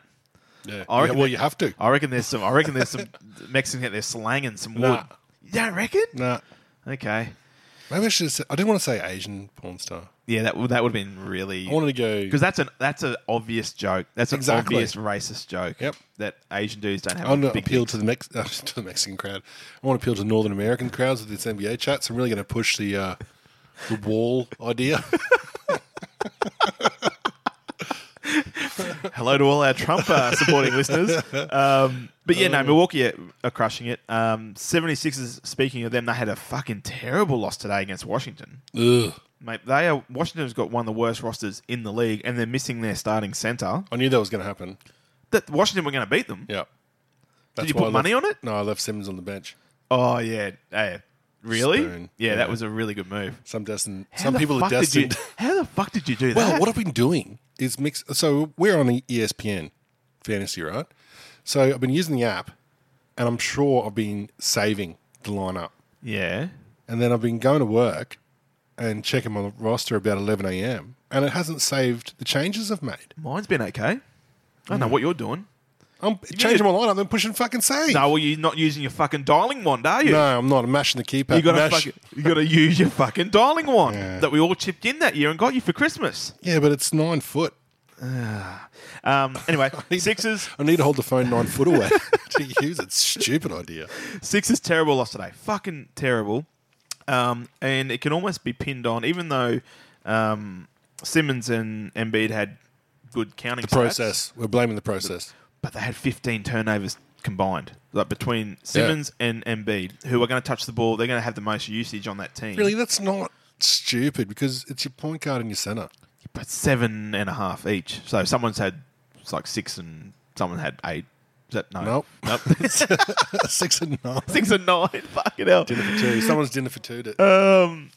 E: Yeah.
F: I reckon
E: well,
F: that-
E: you have to.
F: I reckon there's some. I reckon there's some [LAUGHS] Mexicans out there slanging some wood.
E: Nah.
F: You don't reckon?
E: Nah.
F: Okay.
E: Maybe I should have said, I didn't want to say Asian porn star.
F: Yeah, that would that would have been really
E: I wanted to go.
F: because that's an that's an obvious joke. That's an
E: Exactly.
F: obvious racist joke.
E: Yep.
F: That Asian dudes don't have.
E: I want
F: a
E: to
F: big
E: appeal
F: dick.
E: to the, Mex- [LAUGHS] uh, to the Mexican crowd. I want to appeal to Northern American crowds with this NBA chat. So I'm really going to push the uh, the wall idea. [LAUGHS]
F: Hello to all our Trump
E: [LAUGHS]
F: uh, supporting listeners. Um, but yeah, no, Milwaukee are, are crushing it. Um, 76ers, speaking of them, they had a fucking terrible loss today against Washington.
E: Ugh.
F: Mate, they are Washington's got one of the worst rosters in the league, and they're missing their starting center.
E: I knew that was going to happen.
F: That Washington were going to beat them.
E: Yeah. why
F: you put
E: I left-
F: money on it?
E: No, I left Simmons on the bench.
F: Oh yeah, hey, really?
E: Spoon.
F: Yeah,
E: Yeah.
F: that was a really good move.
E: Some destined.
F: How
E: some
F: the
E: people are
F: fuck did
E: destined. [LAUGHS]
F: You, [LAUGHS] how the fuck did you do that?
E: Well, what I've been doing is mix. So we're on E ESPN fantasy, right? So I've been using the app, and I'm sure I've been saving the lineup,
F: yeah,
E: and then I've been going to work and checking my roster about 11 a.m. and it hasn't saved the changes I've made.
F: mine's been okay. I don't know what you're doing.
E: I'm changing my lineup, then pushing fucking save.
F: No, well, you're not using your fucking dialing wand, are you?
E: No, I'm not. I'm mashing the keypad.
F: You gotta
E: Mash-
F: fucking, you gotta use your fucking dialing wand
E: Yeah.
F: that we all chipped in that year and got you for Christmas.
E: Yeah, but it's nine foot.
F: Um, anyway, Sixers,
E: [LAUGHS] I need to hold the phone nine foot [LAUGHS] away to use it. Stupid idea.
F: Sixers terrible loss today, fucking terrible. Um, and it can almost be pinned on, even though um, Simmons and Embiid had good counting. stats.
E: Process. We're blaming the process.
F: but they had 15 turnovers combined, like between Simmons and Embiid, who are going to touch the ball. They're going to have the most usage on that team.
E: Really, that's not stupid because it's your point guard and your [LAUGHS] center.
F: But seven and a half each. So someone's had it's like six and someone had eight. Is that no?
E: Nope.
F: Nope. [LAUGHS]
E: Six and nine.
F: six and nine. Fucking hell.
E: Dinner for two. Someone's dinner for two. To,
F: Um,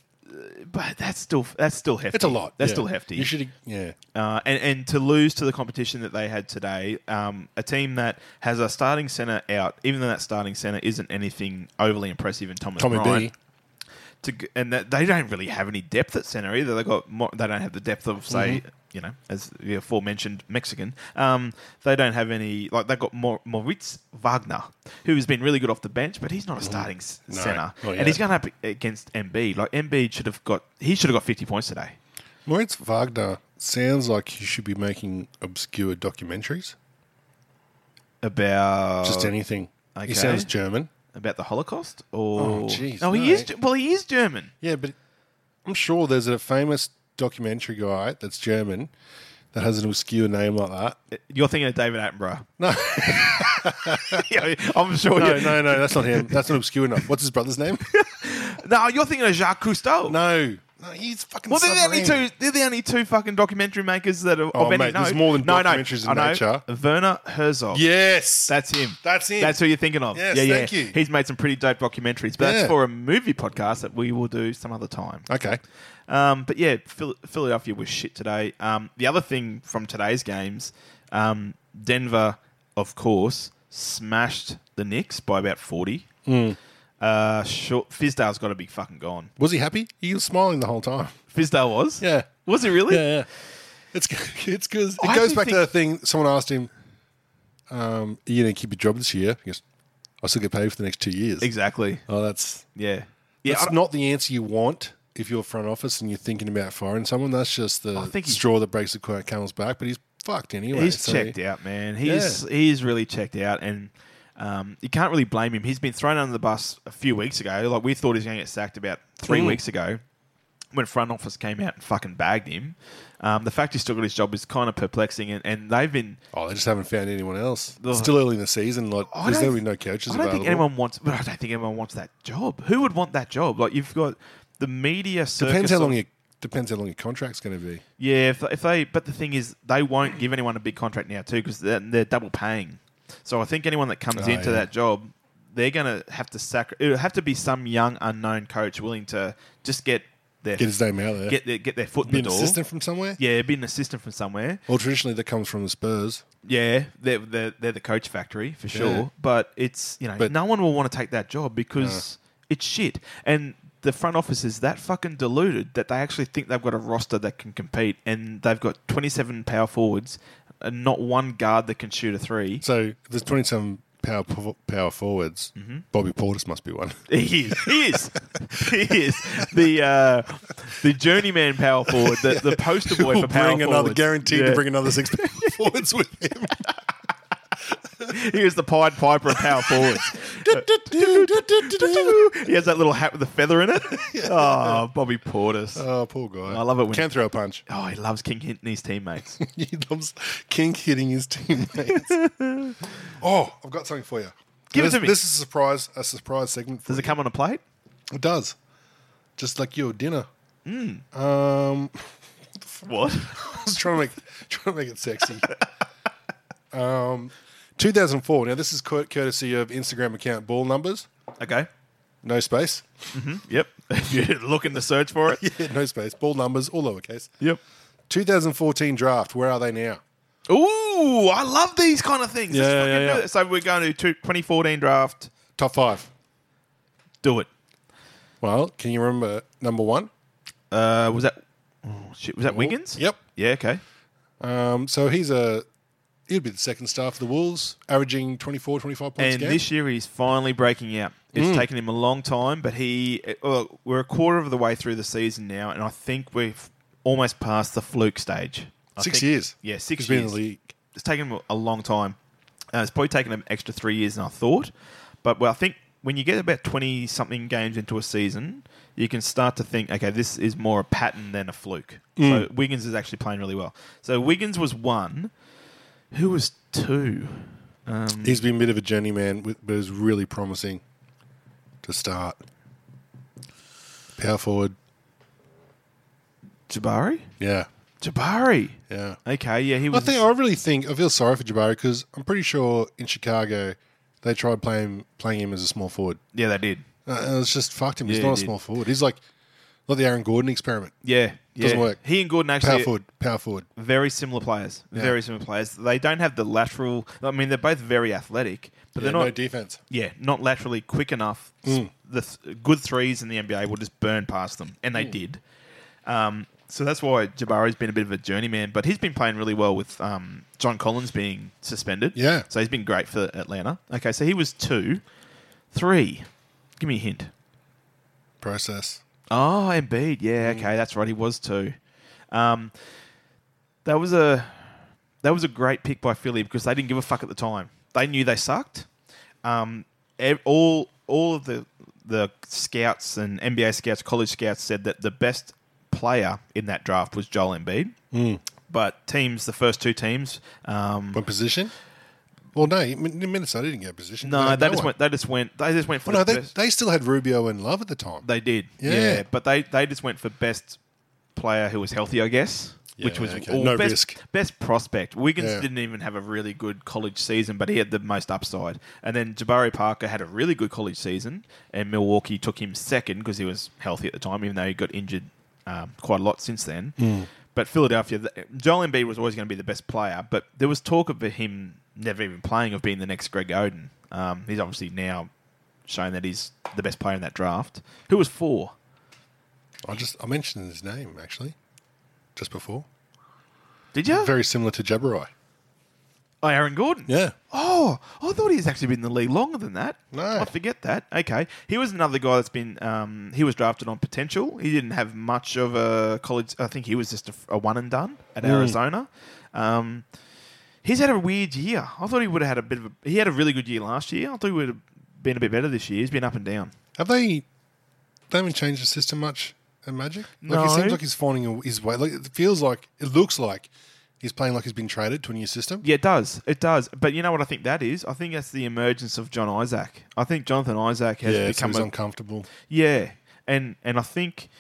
F: but that's still that's still hefty.
E: it's a lot.
F: That's
E: yeah.
F: still hefty.
E: You should. Yeah.
F: Uh, and, and to lose to the competition that they had today, um, a team that has a starting centre out, even though that starting centre isn't anything overly impressive in Thomas
E: Tommy
F: Bryant,
E: B.
F: to g and that they don't really have any depth at centre either. They got more, they don't have the depth of say
E: Mm-hmm.
F: you know as the aforementioned Mexican. Um, they don't have any like they've got Mor- Moritz Wagner, who has been really good off the bench, but he's not a starting s
E: Mm. No,
F: centre,
E: not
F: and he's
E: yet.
F: going up against MB. Like MB should have got he should have got fifty points today.
E: Moritz Wagner sounds like he should be making obscure documentaries.
F: About
E: Just anything.
F: okay.
E: He sounds German.
F: About the Holocaust, or
E: Oh, jeez,
F: no, he
E: no.
F: is. Ge- Well, he is German.
E: Yeah, but I'm sure there's a famous documentary guy that's German that has an obscure name like that.
F: You're thinking of David Attenborough. [LAUGHS] No, I'm [LAUGHS] sure.
E: No,
F: you
E: no, no, that's not him. That's not obscure enough. What's his brother's
F: [LAUGHS]
E: name?
F: no, you're thinking of Jacques Cousteau.
E: No, no, he's fucking.
F: Well, they're the only
E: submarine.
F: two. They're the only two fucking documentary makers that are
E: Oh,
F: of any
E: mate, there's
F: note.
E: more than
F: no, no,
E: documentaries in
F: I know.
E: nature.
F: Werner Herzog.
E: Yes,
F: That's him.
E: That's him.
F: That's who you're thinking of.
E: Yes,
F: yeah, yeah.
E: thank you.
F: He's made some pretty dope documentaries, but that's
E: Yeah.
F: for a movie podcast that we will do some other time.
E: okay.
F: Um, but yeah, Phil- Philadelphia was shit today. Um, the other thing from today's games, um, Denver, of course, smashed the Knicks by about 40.
E: Hmm.
F: Uh, short, Fizdale's got to be fucking gone.
E: Was he happy? He was smiling the whole
F: [LAUGHS]
E: time.
F: Fizdale was?
E: Yeah.
F: Was he really?
E: yeah. It's [LAUGHS] it's because it
F: I
E: goes
F: actually
E: back to that
F: think-
E: thing. Someone asked him, um, "You gonna keep your job this year?" He goes, "I still get paid for the next two years."
F: Exactly.
E: Oh, that's
F: Yeah. Yeah,
E: that's
F: I-
E: not the answer you want if you're front office and you're thinking about firing someone. That's just the
F: think he's-
E: straw that breaks the cor- camel's back. But he's fucked anyway.
F: He's
E: so-
F: checked out, man. He's
E: Yeah.
F: he's really checked out, and um, you can't really blame him. He's been thrown under the bus a few weeks ago. Like we thought he was going to get sacked about three
E: Mm.
F: weeks ago, when front office came out and fucking bagged him. Um, the fact he still got his job is kind of perplexing, and, and they've been.
E: Oh, they just haven't found anyone else.
F: Ugh.
E: Still early in the season. Like,
F: Oh, I
E: there's
F: don't-
E: going to be no coaches
F: I don't
E: available.
F: think anyone wants, but I don't think anyone wants that job. Who would want that job? Like you've got the media. Circus
E: depends how
F: of-
E: long your depends how long your contract's going to be.
F: Yeah, if, if they, but the thing is, they won't give anyone a big contract now too because they're, they're double paying. So I think anyone that comes
E: Oh,
F: into
E: yeah.
F: that job, they're gonna have to sac. It'll have to be some young unknown coach willing to just get their
E: Get his name out there.
F: get their, get their foot
E: be
F: in the
E: an
F: door.
E: assistant from somewhere.
F: Yeah, be an assistant from somewhere.
E: Well, traditionally that comes from the Spurs.
F: Yeah, they're they're, they're the coach factory for sure. But it's you know
E: But-
F: no one will want to take that job because it's shit and. The front office is that fucking deluded that they actually think they've got a roster that can compete, and they've got 27 power forwards and not one guard that can shoot a three.
E: So if there's 27 power po- power forwards.
F: Mm-hmm.
E: Bobby Portis must be one.
F: He is, he is, he is the uh, the journeyman power forward, the, the poster boy
E: He'll
F: for power
E: bring another
F: forwards.
E: guaranteed to
F: Yeah.
E: bring another six
F: [LAUGHS]
E: power forwards with him.
F: He is the Pied Piper of power forwards. he has that little hat with the feather
E: [LAUGHS]
F: in it. Oh, Bobby Portis.
E: oh, poor guy.
F: I love it when-
E: Can't throw a punch. [LAUGHS]
F: Oh, he loves King Hintney's teammates.
E: He loves King hitting his
F: [LAUGHS]
E: teammates. oh, I've got something for you.
F: Give it
E: this,
F: to me.
E: This is a surprise, a surprise segment. For
F: Does it
E: you.
F: come on a plate?
E: It does. Just like your dinner. [LAUGHS] Um,
F: What?
E: I was trying to make trying to make it sexy. um, 2004. Now this is cur- courtesy of Instagram account Ball Numbers.
F: [LAUGHS] Okay.
E: No space. [LAUGHS]
F: Yep. [LAUGHS] You're looking to search for it.
E: Yeah, no space. Ball Numbers, all lowercase.
F: Yep.
E: 2014 draft. Where are they now?
F: Ooh, I love these kind of things. Let's
E: Yeah,
F: fucking
E: yeah,
F: do
E: yeah.
F: it. So we're going to two- 2014 draft.
E: Top five.
F: Do it.
E: Well, can you remember number one?
F: Uh, was that? Oh, shit. Was that Wiggins?
E: Yep.
F: Yeah. Okay.
E: Um, so he's a. He'd be the second star for the Wolves, averaging 24, 25 points
F: and
E: a game.
F: this year he's finally breaking out. It's
E: Mm.
F: taken him a long time, but he well, we're a quarter of the way through the season now, and I think we've almost passed the fluke stage. I
E: Six
F: think-
E: years.
F: Yeah, six
E: He's
F: years.
E: been in the league.
F: It's taken him a long time. Uh, it's probably taken him extra three years than I thought, but well, I think when you get about twenty something games into a season, you can start to think, okay, this is more a pattern than a fluke.
E: Mm.
F: So Wiggins is actually playing really well. So Wiggins was one. Who was two?
E: He's been a bit of a journeyman, with- but is really promising to start. Power forward.
F: Jabari?
E: Yeah.
F: Jabari.
E: Yeah.
F: Okay, yeah, he
E: I
F: was.
E: think I really think I feel sorry for Jabari because I'm pretty sure in Chicago they tried playing playing him as a small forward.
F: yeah, they did.
E: Uh, and it's just fucked him. He's
F: Yeah,
E: not a
F: he did.
E: small forward. He's like like the Aaron Gordon experiment.
F: Yeah, yeah.
E: Doesn't work.
F: He and Gordon
E: Power
F: actually
E: forward, power forward.
F: very similar players. Very similar players. They don't have the lateral. I mean, they're both very athletic, but
E: Yeah,
F: they're not.
E: no Mm. defense.
F: yeah, not laterally quick enough. The th- good threes in the NBA will just burn past them, and they
E: Mm.
F: did. Um, so that's why Jabari's been a bit of a journeyman, but he's been playing really well with um, John Collins being suspended.
E: Yeah.
F: so he's been great for Atlanta. Okay, so he was two, three. Give me a hint.
E: Process.
F: Oh, Embiid.
E: Mm.
F: Yeah, okay, that's right. He was too. Um, that was a that was a great pick by Philly because they didn't give a fuck at the time. They knew they sucked. Um, ev- all all of the the scouts and NBA scouts, college scouts said that the best player in that draft was Joel Embiid.
E: Mm.
F: But teams, the first two teams, um,
E: But position? Well, no, in Minnesota didn't get a position.
F: no,
E: had
F: they just
E: one.
F: went. They just went. They just went for
E: Well, no,
F: the
E: they,
F: best.
E: they still had Rubio and Love at the time.
F: They did.
E: Yeah.
F: Yeah. But they, they just went for best player who was healthy, I guess. which
E: Yeah,
F: was
E: okay.
F: all
E: No
F: best,
E: risk.
F: best prospect. Wiggins
E: Yeah.
F: didn't even have a really good college season, but he had the most upside. And then Jabari Parker had a really good college season, and Milwaukee took him second because he was healthy at the time, even though he got injured um, quite a lot since then.
E: Hmm.
F: But Philadelphia, th- Joel Embiid was always going to be the best player, but there was talk of him never even playing, of being the next Greg Oden. Um, he's obviously now shown that he's the best player in that draft. Who was four?
E: I just I mentioned his name actually just before.
F: Did you?
E: Very similar to Jabari.
F: oh, Aaron Gordon.
E: Yeah.
F: Oh, I thought he's actually been in the league longer than that.
E: No.
F: I forget that. Okay, he was another guy that's been. Um, he was drafted on potential. He didn't have much of a college. I think he was just a, a one and done at
E: Hmm.
F: Arizona. Um, he's had a weird year. I thought he would have had a bit of. A, he had a really good year last year. I thought he would have been a bit better this year. He's been up and down.
E: Have they? They haven't changed the system much at Magic. Like
F: No.
E: he seems like he's finding a- his way. Like it feels like it looks like he's playing like he's been traded to a new system.
F: Yeah, it does. It does. But you know what I think that is? I think that's the emergence of John Isaac. I think Jonathan Isaac has
E: yeah, it
F: become
E: seems
F: a
E: uncomfortable.
F: Yeah, and and I think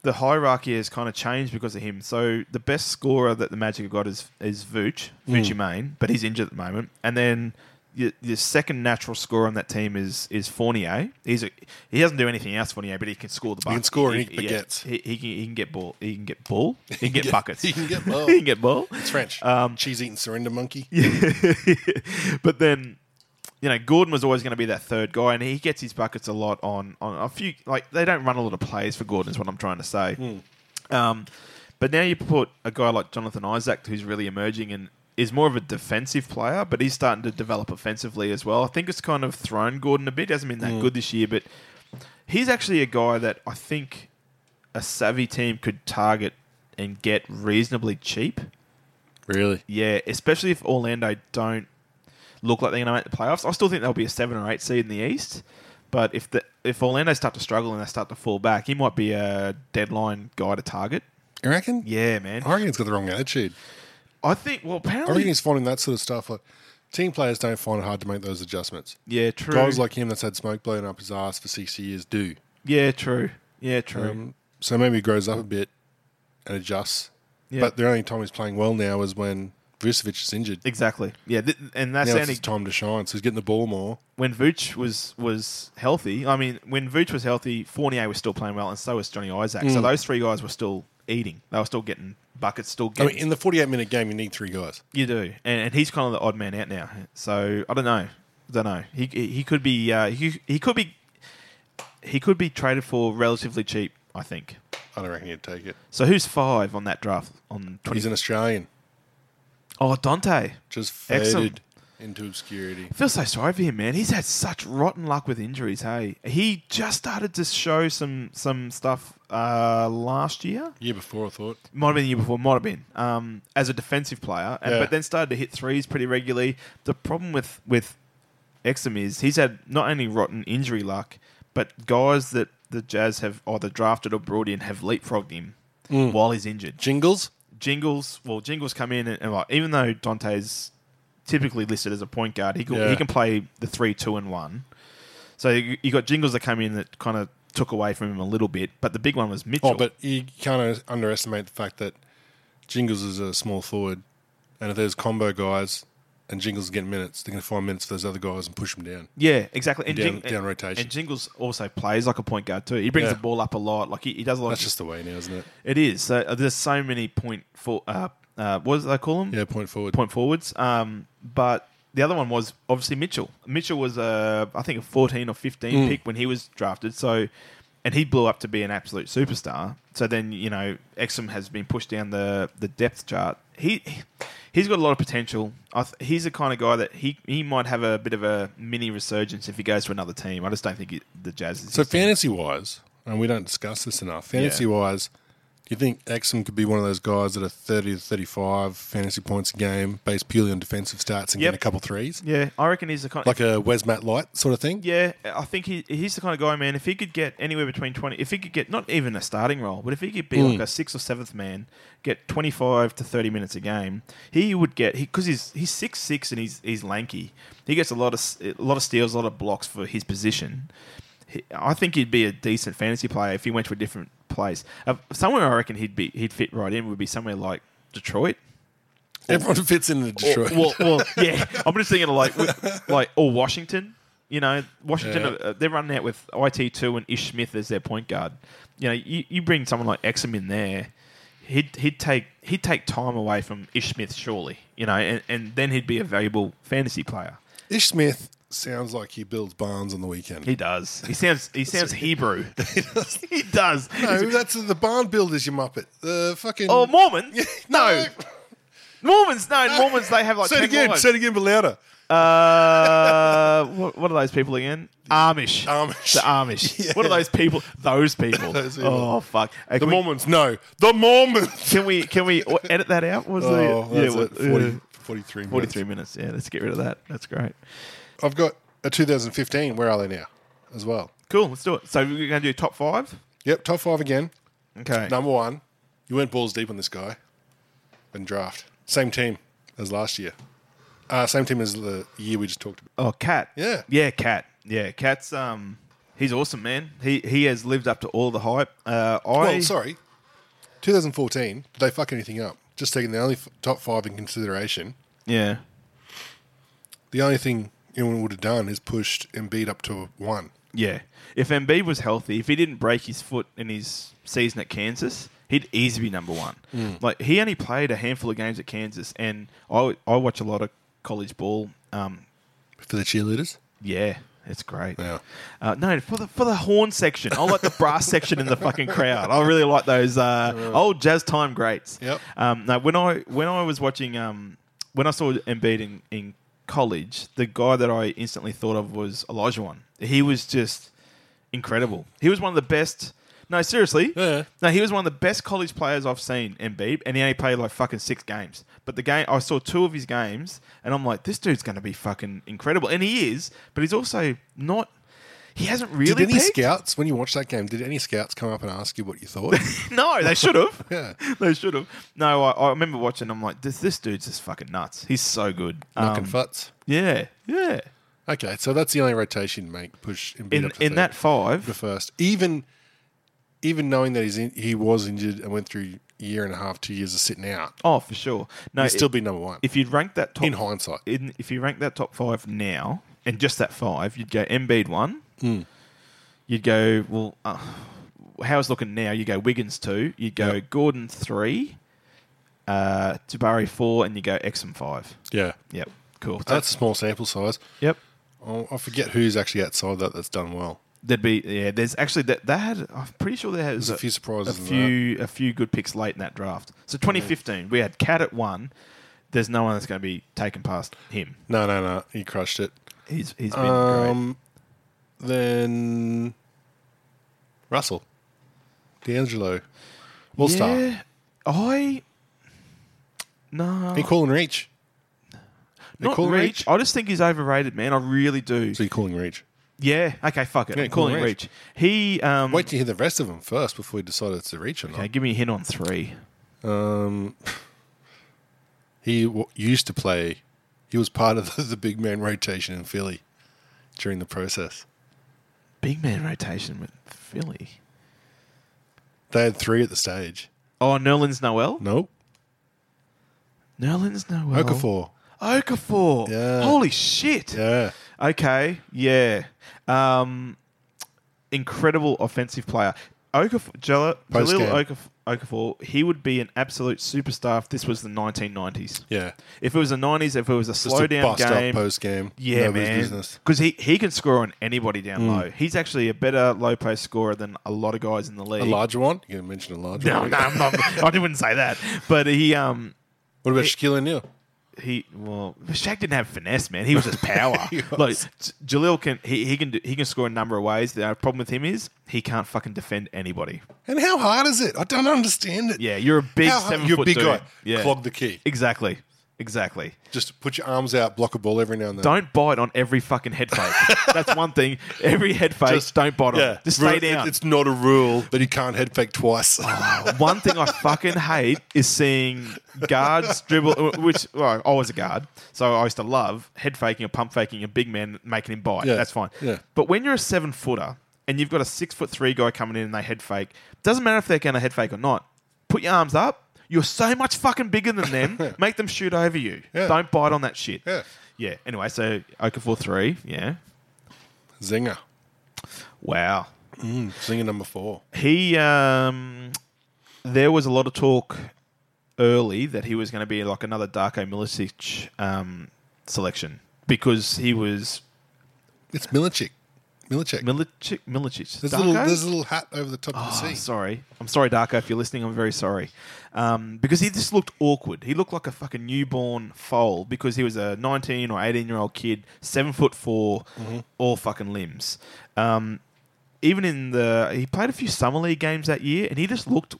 F: the hierarchy has kind of changed because of him. So the best scorer that the Magic have got is is Vooch,
E: Hmm.
F: Vooch Main, but he's injured at the moment. And then your, your second natural scorer on that team is is Fournier. He's a, he doesn't do anything else, Fournier, but he can score the bucket.
E: can score and he
F: yeah,
E: gets.
F: he, he can he can get ball. He can get
E: [LAUGHS]
F: ball. He can get,
E: get-
F: buckets.
E: he can
F: [LAUGHS]
E: get ball.
F: he can get ball.
E: It's French. Cheese eating surrender monkey.
F: [LAUGHS] but then you know Gordon was always going to be that third guy, and he gets his buckets a lot on on a few like they don't run a lot of plays for Gordon is what I'm trying to say. Um, but now you put a guy like Jonathan Isaac who's really emerging and is more of a defensive player, but he's starting to develop offensively as well. I think it's kind of thrown Gordon a bit. He hasn't been that good this year, but he's actually a guy that I think a savvy team could target and get reasonably cheap.
E: Really?
F: Yeah, especially if Orlando don't look like they're going to make the playoffs. I still think they'll be a seven or eight seed in the East. But if the if Orlando start to struggle and they start to fall back, he might be a deadline guy to target.
E: You reckon?
F: Yeah, man.
E: I reckon he's got the wrong attitude.
F: I think. Well,
E: I reckon
F: apparently,
E: he's finding that sort of stuff. Like team players don't find it hard to make those adjustments.
F: yeah, true.
E: Guys like him that's had smoke blown up his ass for sixty years do.
F: yeah, true. Yeah, true.
E: Um, so maybe he grows up a bit and adjusts.
F: Yeah.
E: But the only time he's playing well now is when Vucevic is injured.
F: exactly. Yeah, th- and that's
E: Now
F: the
E: it's
F: only
E: his time to shine. So he's getting the ball more.
F: when Vooch was was healthy, I mean, when Vooch was healthy, Fournier was still playing well, and so was Johnny Isaac.
E: Mm.
F: So those three guys were still eating. They were still getting buckets, still
E: I
F: getting.
E: mean, in the 48 minute game, you need three guys.
F: You do, and, and he's kind of the odd man out now. So I don't know, don't know. He he could be uh, he he could be he could be traded for relatively cheap, I think.
E: I don't reckon he'd take it.
F: So who's five on that draft on twenty?
E: He's an Australian.
F: oh, Dante.
E: Just faded
F: Excellent.
E: into obscurity.
F: I feel so sorry for him, man. He's had such rotten luck with injuries. Hey, he just started to show some some stuff uh, last year.
E: Year before, I thought.
F: Might have been the year before. Might have been um, as a defensive player, and,
E: Yeah.
F: but then started to hit threes pretty regularly. The problem with with Exum is he's had not only rotten injury luck, but guys that the Jazz have either drafted or brought in have leapfrogged him
E: Mm.
F: while he's injured.
E: Jingles?
F: Jingles, well, Jingles come in, and, and like, even though Dante's typically listed as a point guard. He can,
E: Yeah.
F: he can play the three, two, and one. So you, you got Jingles that came in that kind of took away from him a little bit, but the big one was Mitchell.
E: Oh, but you can't un- underestimate the fact that Jingles is a small forward, and if there's combo guys and Jingles is getting minutes, they're going to find minutes for those other guys and push them down.
F: Yeah, exactly. And,
E: Down-
F: Jing-
E: down
F: and-
E: rotation.
F: And Jingles also plays like a point guard too. He brings
E: Yeah.
F: the ball up a lot. Like he, he does a lot.
E: That's just the way now, isn't it?
F: it is. So uh, there's so many point for uh, uh, what do they call them?
E: Yeah, point forward.
F: Point forwards. Um, but the other one was obviously Mitchell. Mitchell was uh, I think a 14 or
E: Mm.
F: 15 pick when he was drafted. So and he blew up to be an absolute superstar. So then you know Exum has been pushed down the the depth chart. He. He's got a lot of potential. I th- he's the kind of guy that he, he might have a bit of a mini resurgence if he goes to another team. I just don't think he, the Jazz is.
E: So
F: his team.
E: fantasy wise, and we don't discuss this enough. Fantasy wise, do you think Exum could be one of those guys that are thirty to thirty-five fantasy points a game, based purely on defensive stats and
F: Yep.
E: getting a couple threes,
F: yeah, I reckon he's the kind.
E: like a Wes Matt Light sort of thing?
F: Yeah, I think he, he's the kind of guy, man. If he could get anywhere between twenty, if he could get not even a starting role, but if he could be like a sixth or seventh man, get twenty five to thirty minutes a game, he would get because he's he's six six and he's he's lanky. He gets a lot of s- a lot of steals, a lot of blocks for his position. He- I think he'd be a decent fantasy player if he went to a different place. Uh, somewhere I reckon he'd be he'd fit right in would be somewhere like Detroit.
E: [LAUGHS] Everyone fits into Detroit.
F: Well, well, yeah. I'm just thinking of like, with, like or Washington. You know, Washington
E: Yeah.
F: uh, they're running out with it two and Ish Smith as their point guard. You know, you, you bring someone like Exum in there, he'd he'd take he'd take time away from Ish Smith surely. You know, and, and then he'd be a valuable fantasy player.
E: Ish Smith sounds like he builds barns on the weekend.
F: He does. He sounds he
E: [LAUGHS]
F: sounds Hebrew. [LAUGHS] he does.
E: no, that's the barn builders, you muppet. The fucking [LAUGHS]
F: Oh, Mormon? No. Mormons, no, Mormons. They have like
E: Say it
F: 10
E: again.
F: wives.
E: Say it again, but louder.
F: Uh, [LAUGHS] what, what are those people again? Amish.
E: Amish. [LAUGHS]
F: The Amish. What are those people? Those people.
E: Those people.
F: Oh fuck. Hey,
E: The
F: can, we,
E: Mormons, no, the Mormons.
F: [LAUGHS] can we
E: [LAUGHS]
F: can we w- edit that out? What Was
E: Oh,
F: the,
E: that's it. 40,
F: what- yeah.
E: 43 minutes.
F: 43 minutes. Yeah, let's get rid of that. That's great.
E: I've got a 2015. Where are they now? As well.
F: Cool. Let's do it. So we're going to do top five.
E: Yep, top five again.
F: Okay.
E: Number one, you went balls deep on this guy in draft. Same team as last year. Uh, same team as the year we just talked about.
F: Oh, Cat.
E: Yeah.
F: Yeah, Cat. Yeah, Cat's um, he's awesome, man. He he has lived up to all the hype. Uh, I
E: Well, sorry. 2014, did they fuck anything up? Just taking the only f- top five in consideration.
F: Yeah.
E: The only thing anyone would have done is pushed Embiid up to one.
F: Yeah. If Embiid was healthy, if he didn't break his foot in his season at Kansas, he'd easily be number one.
E: Mm.
F: Like he only played a handful of games at Kansas, and I I watch a lot of college ball. Um,
E: For the cheerleaders?
F: yeah, it's great.
E: Yeah.
F: Uh, no, for the for the horn section, I like the brass section in the fucking crowd. I really like those uh, old jazz time greats.
E: Yep.
F: Um, no, when I when I was watching um, when I saw Embiid in, in college, the guy that I instantly thought of was Elijah One. He was just incredible. He was one of the best. No, seriously.
E: Yeah.
F: No, he was one of the best college players I've seen, Embiid, and he only played like fucking six games. But the game, I saw two of his games, and I'm like, this dude's going to be fucking incredible, and he is. But he's also not. He hasn't really.
E: Did any
F: peaked.
E: scouts, when you watched that game, did any scouts come up and ask you what you [LAUGHS] thought?
F: No, they should have.
E: [LAUGHS] Yeah.
F: They should have. No, I, I remember watching. I'm like, this this dudude's just fucking nuts. He's so good.
E: Knocking
F: Um,
E: futs.
F: Yeah, yeah.
E: Okay, so that's the only rotation, mate. Push Embiid
F: In
E: up to
F: in
E: third.
F: that
E: the
F: five,
E: first, even even knowing that he's in, he was injured and went through a year and a half, two years of sitting out,
F: oh for sure. No,
E: he'd still be number one.
F: if you'd rank that top
E: in hindsight,
F: in, if you rank that top five now and just that five, you'd go Embiid one.
E: Hmm.
F: You'd go well. Uh, how's looking now? You go Wiggins two. You go Gordon three. Uh, Tabari four, and you go Exum five.
E: yeah,
F: Yep, cool.
E: that's a small sample size.
F: yep.
E: Oh, I forget who's actually outside that that's done well.
F: There'd be yeah. There's actually that that had. I'm pretty sure there has
E: There's a few surprises
F: A
E: in
F: few a few good picks late in that draft. So 2015, we had Cat at one. There's no one that's going to be taken past him.
E: No, no, no, he crushed it.
F: He's he's been great.
E: Um, then Russell, D'Angelo, All Star,
F: Yeah, I no
E: he calling reach.
F: not
E: calling
F: reach.
E: reach?
F: I just think he's overrated, man. I really do.
E: So you calling reach.
F: Yeah. Okay. Fuck it.
E: Yeah,
F: I'm calling
E: calling
F: it
E: reach.
F: reach. He um.
E: Wait to hear the rest of them first before we decide it's a reach or not.
F: Okay, give me a hint on three.
E: Um, he w- used to play He was part of [LAUGHS] the, the big man rotation in Philly during the process.
F: Big man rotation with Philly.
E: They had three at the stage.
F: Oh, Nerlens Noel?
E: Nope.
F: Nerlens Noel.
E: Okafor.
F: Okafor.
E: Yeah.
F: Holy shit.
E: Yeah.
F: Okay. Yeah. Um, incredible offensive player. Okafor, Jala, Jalil
E: Post-game.
F: Okaf- Okafor, he would be an absolute superstar if this was the 1990s.
E: Yeah.
F: If it was the 90s, if it was a
E: Just
F: slow
E: a
F: down
E: bust
F: game.
E: up post game.
F: yeah,
E: Nobody's
F: man.
E: business. Mm.
F: Because he, he can score on anybody down low. He's actually a better low post scorer than a lot of guys in the league. [LAUGHS]
E: A larger one? You're going to mention a larger
F: No,
E: one?
F: no, I'm not, I wouldn't say that. But he, um,
E: What about Shaquille O'Neal?
F: he well Shaq didn't have finesse, man. He was just power. [LAUGHS] Look, J- Jalil can he, he can do, he can score a number of ways. The problem with him is he can't fucking defend anybody.
E: And how hard is it? I don't understand it.
F: Yeah, you're a big
E: How-
F: seven
E: you're a
F: foot
E: big
F: dude.
E: guy.
F: Yeah,
E: Clog the key.
F: exactly, exactly.
E: Just put your arms out, block a ball every now and then.
F: Don't bite on every fucking head [LAUGHS] fake. That's one thing. Every head fake,
E: Just-
F: don't bite on.
E: Yeah.
F: Just stay
E: It-
F: down.
E: It's not a rule that you can't head fake [LAUGHS] twice.
F: One thing I fucking hate is seeing guards dribble, which well, I was a guard, so I used to love head faking or pump faking a big man making him bite.
E: Yeah.
F: That's fine.
E: Yeah.
F: But when you're a seven footer and you've got a six foot three guy coming in and they head fake, doesn't matter if they're going to head fake or not. Put your arms up. You're so much fucking bigger than
E: [LAUGHS]
F: them. Make them shoot over you.
E: Yeah.
F: Don't bite on that shit.
E: Yeah.
F: Yeah. Anyway, so Okafor three. Yeah.
E: Zinger.
F: Wow.
E: Zinger number four.
F: he um, there was a lot of talk early that he was going to be like another Darko Milicic um, selection because he was
E: It's Milicic. Milicic.
F: Milicic. Milicic.
E: there's, a
F: Darko?
E: little, there's a little hat over the top of
F: Oh,
E: the sea.
F: sorry, I'm sorry, Darko. If you're listening, I'm very sorry. Um, because he just looked awkward. He looked like a fucking newborn foal because he was a 19 or 18 year old kid, seven foot 4
E: Mm-hmm.
F: all fucking limbs. Um, even in the, he played a few summer league games that year, and he just looked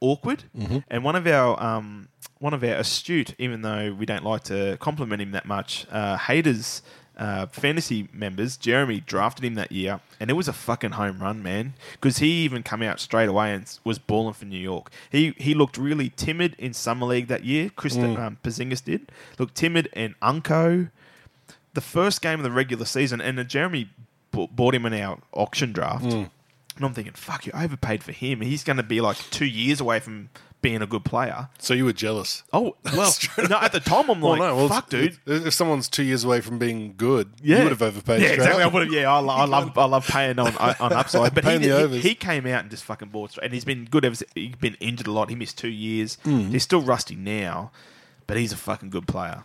F: awkward. And one of our, um, one of our astute, even though we don't like to compliment him that much, uh, haters. Uh, fantasy members, Jeremy drafted him that year, and it was a fucking home run, man. Because he even come out straight away and s- was balling for New York. He he looked really timid in summer league that year. Chris um, Porzingis did looked timid, and Unco the first game of the regular season, and uh, Jeremy b- bought him in our auction draft.
E: Mm.
F: And I'm thinking, fuck, you overpaid for him. He's going to be like two years away from being a good player.
E: So you were jealous.
F: [LAUGHS] Oh, well, no, at the time,
E: [LAUGHS]
F: I'm like, fuck, dude.
E: If, if someone's two years away from being good,
F: Yeah.
E: you would have overpaid.
F: Yeah,
E: straight
F: exactly. I
E: up.
F: would have, yeah,
E: [LAUGHS]
F: I, lo- I love, I love paying on on upside. But he,
E: Paying the
F: did- he,
E: overs.
F: he came out and just fucking bought, straight. and he's been good ever. si- He's been injured a lot. He missed two years.
E: Mm.
F: He's still rusty now, but he's a fucking good player.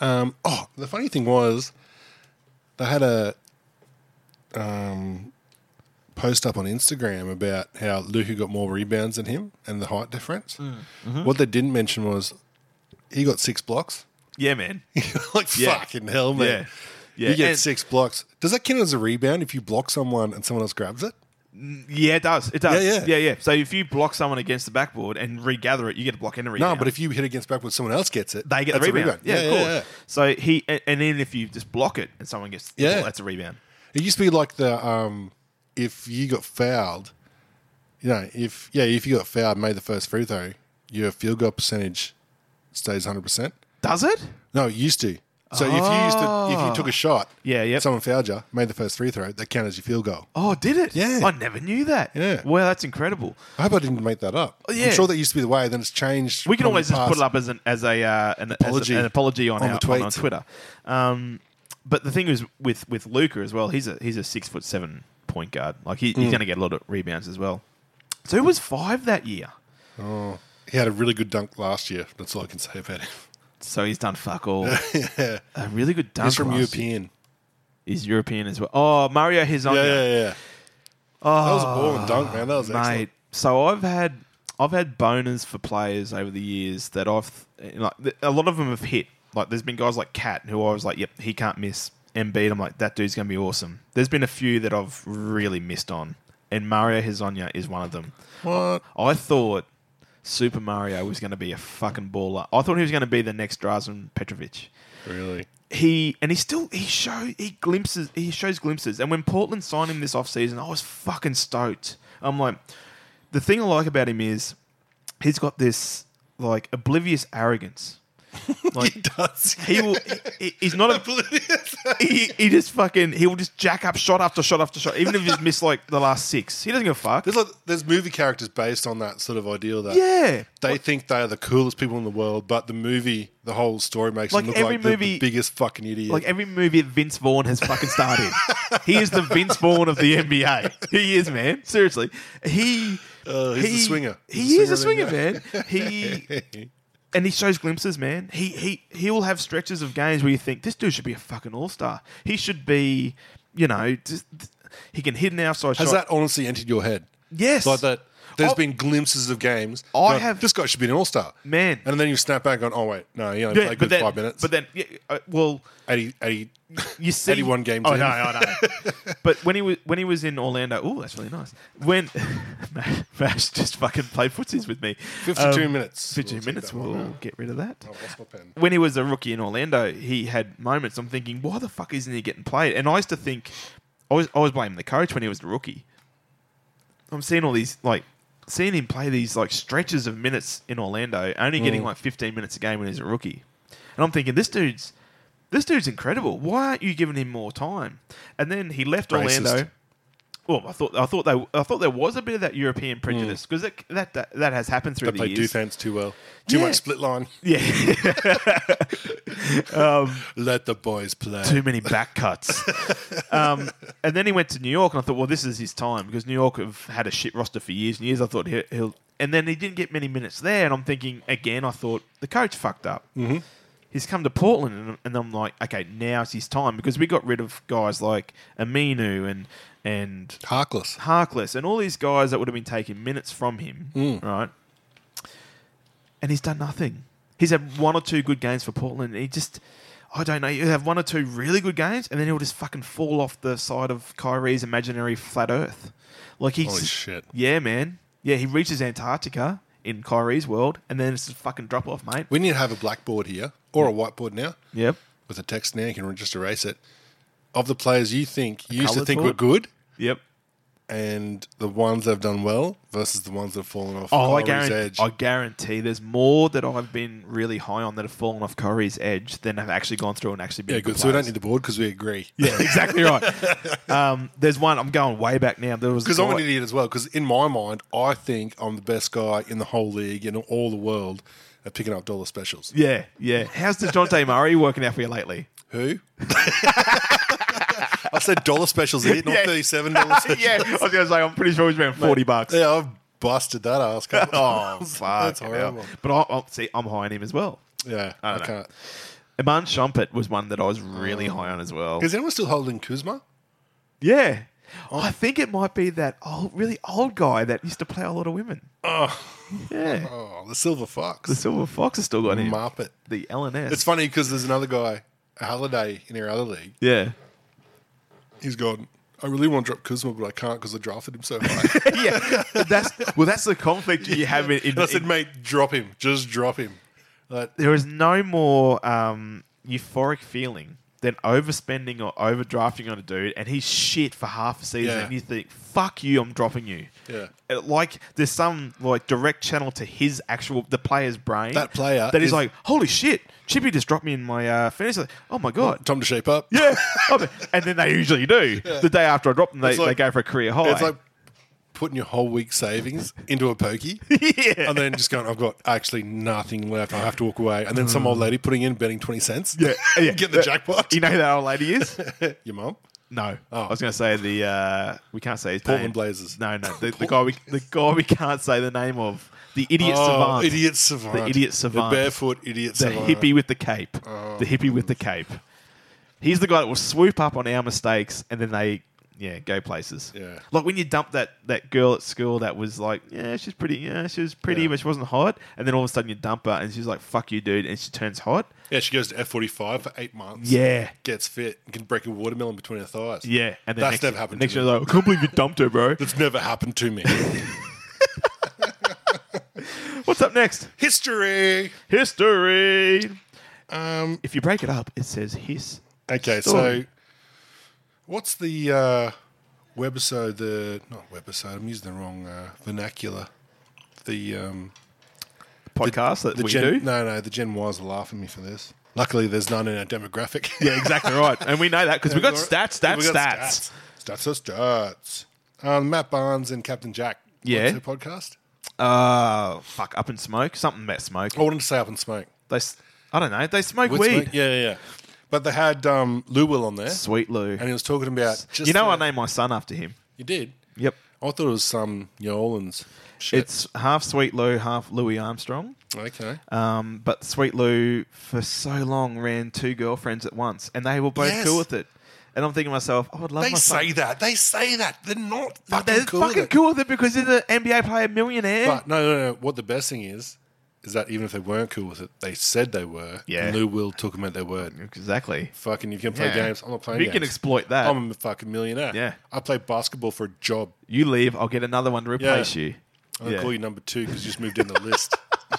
E: Um, oh, the funny thing was, they had a um, post up on Instagram about how Luca got more rebounds than him and the height difference.
F: Mm,
E: What they didn't mention was he got six blocks.
F: Yeah, man.
E: [LAUGHS] like
F: Yeah.
E: fucking hell, man.
F: Yeah. Yeah.
E: You get
F: And-
E: six blocks. Does that count as a rebound if you block someone and someone else grabs it?
F: Yeah, it does. It does.
E: Yeah,
F: Yeah, yeah.
E: yeah.
F: So if you block someone against the backboard and regather it, you get a block and a
E: No,
F: rebound.
E: but if you hit against backwards, someone else gets it.
F: they get the
E: that's a
F: rebound. Yeah, of course.
E: yeah.
F: So he and, and then if you just block it and someone gets the
E: Yeah.
F: ball, that's a rebound.
E: It used to be like the um, if you got fouled, you know, if yeah, if you got fouled, and made the first free throw, your field goal percentage stays hundred percent.
F: Does it?
E: No, it used to. So if you used to, if you took a shot,
F: Ah. Yeah, yep.
E: someone fouled you, made the first free throw, that counted as your field goal.
F: Oh, did it?
E: Yeah.
F: I never knew that.
E: Yeah.
F: Well, that's incredible.
E: I hope I didn't make that up.
F: yeah.
E: I'm sure that used to be the way. Then it's changed.
F: We
E: from
F: can
E: the
F: always just put
E: past.
F: it up as an as a uh, an
E: Apology
F: apology, an apology on,
E: on
F: our,
E: the
F: on, on
E: tweets.
F: Twitter. Um, but the thing is with with Luca as well. He's a he's a six foot seven point guard. Like he,
E: Mm.
F: he's going to get a lot of rebounds as well. So he was five that year.
E: He had a really good dunk last year. That's all I can say about him.
F: So he's done fuck all.
E: [LAUGHS]
F: A really good dunk.
E: He's from
F: last year.
E: European.
F: He's European as well. Oh, Mario Hezonja.
E: Yeah, yeah, yeah. Oh, that was a ball and dunk, man. That was
F: Ah, Mate, so I've had I've had boners for players over the years that I've like th- a lot of them have hit. Like there's been guys like Cat who I was like, yep, he can't miss. Embiid, I'm like, that dude's gonna be awesome. There's been a few that I've really missed on, and Mario Hezonja is one of them.
E: excellent. What?
F: I thought Super Mario was gonna be a fucking baller. I thought he was gonna be the next Drazen Petrovic.
E: Really?
F: he and he still he show he glimpses he shows glimpses and when Portland signed him this offseason, I was fucking stoked. I'm like the thing I like about him is he's got this like oblivious arrogance. Like
E: He does.
F: [LAUGHS] he will. He, he's not a. he, he just fucking he will just jack up shot after shot after shot, even if he's missed like the last six. He doesn't give a
E: [LAUGHS]
F: fuck.
E: There's like there's movie characters based on that sort of ideal that
F: Yeah.
E: they think they are the coolest people in the world, but the movie, the whole story makes
F: Like
E: them look
F: every
E: like the-
F: movie-
E: the, biggest fucking idiot.
F: Like every movie that Vince Vaughn has fucking starred in.
E: [LAUGHS]
F: he is the Vince Vaughn of the NBA. He is, man. Seriously. He
E: Uh, he's a
F: he-
E: swinger.
F: He
E: He's a
F: is a
E: swinger
F: swinger, man.
E: [LAUGHS]
F: He and he shows glimpses, man. He he he will have stretches of games where you think this dude should be a fucking all-star. He should be, you know, just, he can hit an outside
E: Has
F: shot.
E: that honestly entered your head?
F: yes.
E: Like that. There's
F: Oh.
E: been glimpses of games.
F: I
E: that
F: have-
E: This guy should be an all star.
F: Man.
E: And then you snap back on, oh, wait, no, he only
F: Yeah,
E: played
F: but
E: good
F: then,
E: five minutes.
F: But then, yeah, uh, well,
E: 80, 80
F: you see,
E: 81 games
F: Oh
E: in. [LAUGHS]
F: no, I know. but when he was when he was in Orlando, oh, that's really nice. When [LAUGHS] Mash- Mash just fucking played footsies with me,
E: 52 Um, minutes.
F: Fifty-two
E: We'll take
F: minutes.
E: that one
F: We'll
E: out.
F: get rid of that.
E: I've lost my pen.
F: When he was a rookie in Orlando, he had moments. I'm thinking, why the fuck isn't he getting played? And I used to think, I was I was blaming the coach when he was the rookie. I'm seeing all these like. Seeing him play these like stretches of minutes in Orlando,
E: Mm.
F: only getting like 15 minutes a game when he's a rookie, and I'm thinking this dude's this dude's incredible. Why aren't you giving him more time? And then he left
E: Racist.
F: Orlando. Well, I thought I thought they I thought there was a bit of that European prejudice because that, that that has happened through
E: Mm. They
F: the
E: played
F: years.
E: defense too well. Too
F: Yeah.
E: much split line.
F: Yeah,
E: Let the boys play.
F: too many back cuts. um, and then he went to New York, and I thought, well, this is his time because New York have had a shit roster for years and years. I thought he'll, he'll and then he didn't get many minutes there, and I'm thinking again. I thought the coach fucked up. Mm-hmm. He's come to Portland, and, and I'm like, okay, now's his time because we got rid of guys like Aminu and and
E: Harkless.
F: Harkless and all these guys that would have been taking minutes from him,
E: Mm.
F: right? And he's done nothing. He's had one or two good games for Portland. And he just, I don't know. You have one or two really good games, and then he'll just fucking fall off the side of Kyrie's imaginary flat Earth. Like he's
E: Holy shit.
F: Yeah, man. Yeah, he reaches Antarctica in Kyrie's world, and then it's a fucking drop off, mate.
E: We need to have a blackboard here or a whiteboard now
F: yep.
E: with a text now. You can just erase it. Of the players you think you used to
F: coloured
E: think
F: board.
E: were good
F: Yep.
E: and the ones that have done well versus the ones that have fallen off
F: Oh, I
E: Kyrie's edge.
F: guarantee, I guarantee there's more that I've been really high on that have fallen off Kyrie's edge than have actually gone through and actually been
E: yeah,
F: good
E: good. So we
F: players.
E: don't need the board because we agree.
F: Yeah, [LAUGHS] exactly right. um, there's one. I'm going way back now. There was
E: Because I'm an idiot as well. Because in my mind, I think I'm the best guy in the whole league in all the world at picking up dollar specials.
F: Yeah, yeah. How's the Jonte Murray working out for
E: [LAUGHS]
F: you lately?
E: Who? I said dollar specials in it, not
F: Yeah.
E: thirty-seven
F: [LAUGHS]
E: dollars.
F: yeah, I was gonna say I'm pretty sure he's around forty bucks.
E: yeah, I've busted that ass. couple
F: Oh,
E: times. [LAUGHS]
F: fuck.
E: that's horrible.
F: hell. But I, I see, I'm high on him as well.
E: Yeah, I,
F: don't know.
E: can't.
F: Iman Shumpert was one that I was really high on as well.
E: Mm. Is Oh. anyone still holding Kuzma?
F: Yeah. I think it might be that old, really old guy that used to play a lot of women. Oh. Yeah.
E: Oh, the silver
F: The
E: fox,
F: Silver Fox has still got him.
E: Marpet.
F: The LNS.
E: It's funny because there's another guy, Halliday, in our other league. [LAUGHS]
F: Yeah.
E: He's gone. I really want to drop Kuzma, but I can't because I drafted him so high.
F: [LAUGHS] yeah. That's well. That's the conflict you have in. in,
E: And I said,
F: in-
E: mate, drop him. Just drop him. Like,
F: there is no more um, euphoric feeling than overspending or overdrafting on a dude, and he's shit for half a season,
E: Yeah.
F: and you think, "Fuck you, I'm dropping you."
E: Yeah.
F: Uh, Like there's some like direct channel to his actual the player's brain.
E: That player
F: that is
E: is-
F: like, "Holy shit, Chippy just dropped me in my uh, fantasy." Oh my god.
E: [LAUGHS] time to shape up.
F: Yeah, [LAUGHS] Oh, and then they usually do. The day after I drop them, they,
E: It's like-
F: they go for a career high.
E: It's like putting your whole week's savings into a pokey
F: [LAUGHS] yeah,
E: and then just going, I've got actually nothing left. I have to walk away. And then some old lady putting in betting 20 cents. [LAUGHS]
F: yeah, yeah.
E: Get the jackpot.
F: You know who that old lady is?
E: your mum.
F: No, I was going to say the uh, we can't say his
E: Oh. Portland
F: name.
E: Blazers.
F: No, no,
E: [LAUGHS]
F: the, the guy we the guy we can't say the name of the idiot savant,
E: Oh, Idiot savant.
F: The idiot savant.
E: The barefoot idiot
F: the
E: savant. Oh.
F: hippie with the cape, the hippie with the cape. He's the guy that will swoop up on our mistakes and then they yeah go places.
E: Yeah.
F: like when you dump that that girl at school that was like yeah she's pretty yeah she was pretty
E: Yeah.
F: but she wasn't hot and then all of a sudden you dump her and she's like fuck you dude and she turns hot.
E: Yeah, she goes to F45 for eight months.
F: Yeah.
E: Gets fit and can break a watermelon between her thighs.
F: Yeah, and then
E: That's
F: next,
E: never happened
F: Next
E: to
F: year,
E: me.
F: like, I can't believe you dumped
E: [LAUGHS]
F: her, bro.
E: That's never happened to
F: [LAUGHS]
E: me.
F: What's up next?
E: History.
F: History.
E: Um,
F: If you break it up, it says his.
E: okay,
F: Story.
E: so what's the uh, webisode? The not webisode. I'm using the wrong uh, vernacular. The um,
F: podcast that
E: The
F: we
E: Gen-
F: do.
E: No, no, the Gen Ys are laughing at me for this. Luckily, there's none in our demographic.
F: [LAUGHS] Yeah, exactly right. And we know that because
E: [LAUGHS]
F: we've got stats, stats,
E: We got
F: stats.
E: Stats are stats. Um, Matt Barnes and Captain Jack.
F: Yeah.
E: What's their podcast?
F: Uh, fuck, up in smoke. Something about smoke.
E: I wanted to say Up and Smoke.
F: They, s- I don't know. They smoke
E: With
F: weed.
E: Oh. Smoke? Yeah, yeah, yeah. But they had um, Lou Will on there,
F: Sweet Lou.
E: and he was talking about. Just
F: you know,
E: the-
F: I named my son after him.
E: You did?
F: Yep.
E: I thought it was some New Orleans shit.
F: It's half Sweet Lou, half Louis Armstrong.
E: okay.
F: Um, but Sweet Lou for so long ran two girlfriends at once, and they were both
E: Yes.
F: cool with it. And I'm thinking to myself, I would love
E: they
F: my son.
E: say that. They say that. They're not
F: But
E: fucking
F: they're
E: cool. with
F: fucking
E: it.
F: cool with it because he's an NBA player millionaire.
E: But no, no, no. What the best thing is, is that even if they weren't cool with it, they said they were.
F: Yeah.
E: And Lou Will took them at their word.
F: exactly.
E: Fucking, you can play
F: Yeah.
E: games. I'm not playing
F: You
E: games.
F: can exploit that.
E: I'm a fucking millionaire.
F: Yeah.
E: I play basketball for a job.
F: You leave, I'll get another one to replace you.
E: I'm going
F: Yeah.
E: to call you number two because you just moved in the
F: [LAUGHS]
E: list. [LAUGHS]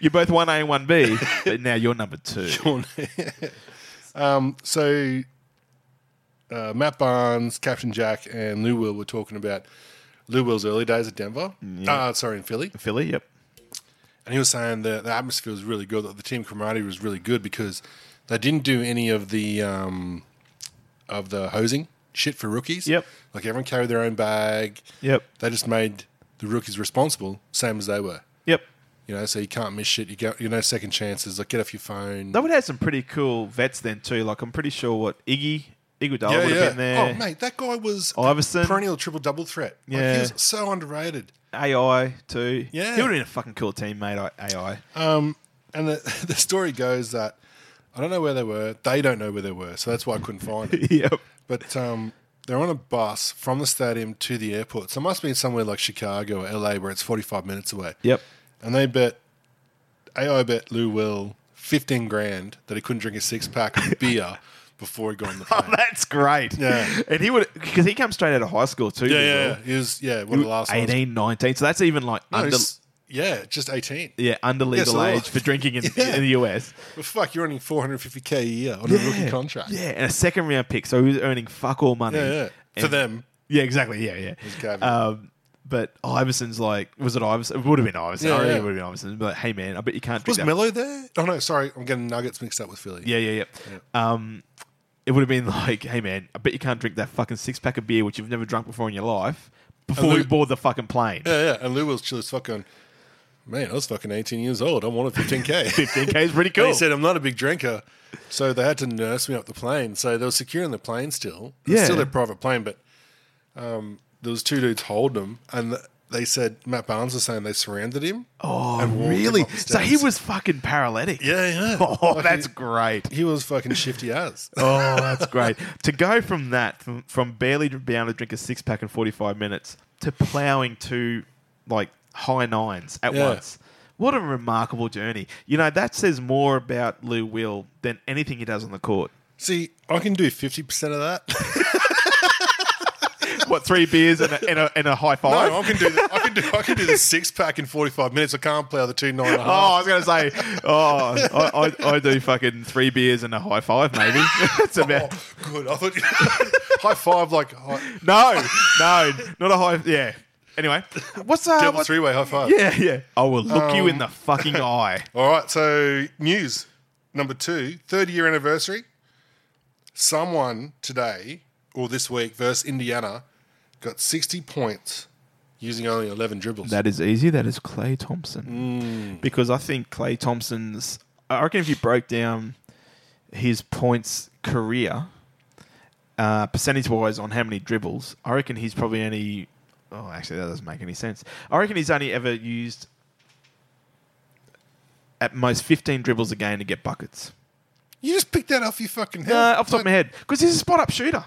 F: You're both one A and
E: [LAUGHS]
F: one B, but now you're number two.
E: um, so uh, Matt Barnes, Captain Jack, and Lou Will were talking about Lou Will's early days at Denver. Uh, sorry, in Philly.
F: Philly, yep.
E: And he was saying that the atmosphere was really good, that the team camaraderie was really good because they didn't do any of the um, of the hosing shit for rookies.
F: Yep.
E: Like everyone carried their own bag.
F: Yep.
E: They just made the rookies responsible, same as they were.
F: Yep.
E: You know, so you can't miss shit. You get you know second chances. Like get off your phone.
F: They would have some pretty cool vets then too. Like I'm pretty sure what Iggy Iguodala would have been
E: Oh
F: there.
E: mate, that guy was a
F: Iverson.
E: perennial triple double threat. Like,
F: Yeah.
E: he was so underrated.
F: AI too.
E: Yeah.
F: He would have been a fucking cool teammate, I-
E: [LAUGHS]
F: AI.
E: And the, [LAUGHS] the story goes that I don't know where they were. They don't know where they were, so that's why I couldn't find it.
F: yep.
E: But um, they're on a bus from the stadium to the airport. So it must be somewhere like Chicago or LA where it's 45 minutes away.
F: Yep.
E: And they bet, AI bet Lou Will 15 grand that he couldn't drink a six pack
F: [LAUGHS]
E: of beer before he got on the plane.
F: That's great.
E: Oh, Yeah.
F: And he would because he comes straight out of high school too.
E: yeah,
F: Lou
E: yeah.
F: Will.
E: He was, yeah, one of the last ones.
F: 18, 19. So that's even like
E: No,
F: under
E: he's- yeah, just 18.
F: yeah, under legal
E: so-
F: age for drinking in,
E: [LAUGHS] Yeah.
F: in the US.
E: But fuck, you're earning 450K a year on a rookie contract.
F: Yeah, and a second round pick, so he was earning fuck all money.
E: Yeah, yeah.
F: And-
E: For them.
F: Yeah, exactly. Yeah, yeah.
E: Gavin.
F: Um, but Iverson's like, was it Iverson? It would have been Iverson.
E: Yeah,
F: I reckon
E: yeah.
F: it would have been Iverson. But like, hey, man, I bet you can't drink
E: Was
F: that.
E: Mello there? Oh, no, sorry. I'm getting Nuggets mixed up with Philly.
F: yeah, yeah, yeah. Um, it would have been [LAUGHS] like, hey, man, I bet you can't drink that fucking six pack of beer which you've never drunk before in your life before we
E: Lou-
F: board the fucking plane.
E: Yeah, yeah. And Lou was chill as fuck going, man, I was fucking 18 years old. I wanted
F: [LAUGHS]
E: 15K.
F: 15K is pretty
E: And
F: cool.
E: he said, I'm not a big drinker. So they had to nurse me up the plane. So they were securing the plane still. It was
F: Yeah.
E: still their private plane, but um, there was two dudes holding him. And they said, Matt Barnes was saying they surrounded him.
F: oh,
E: and walked him
F: really?
E: up the
F: So he
E: stairs.
F: was fucking paralytic.
E: Yeah, yeah.
F: [LAUGHS]
E: [LAUGHS]
F: Oh,
E: Like,
F: that's
E: he-
F: great.
E: He was fucking shifty as.
F: Oh, that's great. to go from that, from, from barely being able to drink a six pack in 45 minutes to ploughing two like high nines at
E: Yeah.
F: once. What a remarkable journey. You know, that says more about Lou Will than anything he does on the court.
E: See, I can do 50% of that.
F: What, three beers and a, and a, and a high five?
E: No, I can do. The, I can do. I can do the six pack in forty five minutes. I can't play the two nine and a
F: Oh,
E: half.
F: I was going to say, oh, I, I, I do fucking three beers and a high five, maybe. [LAUGHS] That's about.
E: Oh, good. I thought [LAUGHS] high five like high,
F: No, no, not a high. Yeah. Anyway, what's uh,
E: double
F: what's-
E: three way high
F: [LAUGHS]
E: five.
F: Yeah, yeah. I will look you in the fucking eye.
E: All right. So news number two, 30 year anniversary. Someone today or this week versus Indiana got sixty points using only eleven dribbles.
F: That is easy. That is Clay Thompson. Because I think Clay Thompson's. I reckon if you broke down his points career, uh, percentage wise, on how many dribbles, I reckon he's probably only. Oh, actually, that doesn't make any sense. I reckon he's only ever used at most 15 dribbles a game to get buckets.
E: you just picked that off your fucking head.
F: Uh, off the top of my head, because he's a spot up shooter.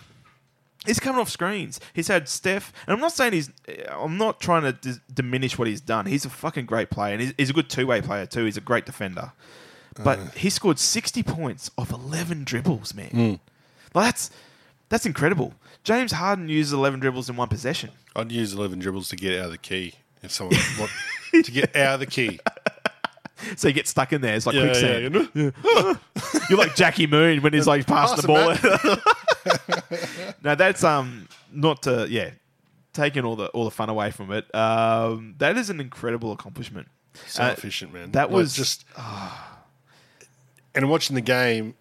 F: He's coming off screens. He's had Steph, and I'm not saying he's. I'm not trying to dis- diminish what he's done. He's a fucking great player, and he's, he's a good two way player too. He's a great defender, but
E: Uh.
F: he scored 60 points off 11 dribbles, man.
E: Hmm.
F: Like that's that's incredible. James Harden uses 11 dribbles in one possession. [LAUGHS]
E: I'd use eleven dribbles to get out of the key if someone want, to get out of the key.
F: So you get stuck in there. It's like
E: Yeah,
F: quicksand.
E: yeah, yeah.
F: You're like Jackie Moon when he's like passing the ball. [LAUGHS]
E: Pass
F: no, that's um not to yeah. taking all the all the fun away from it, um, that is an incredible accomplishment.
E: So
F: Uh,
E: efficient, man.
F: that
E: Like,
F: was-
E: just. ah. and watching the game,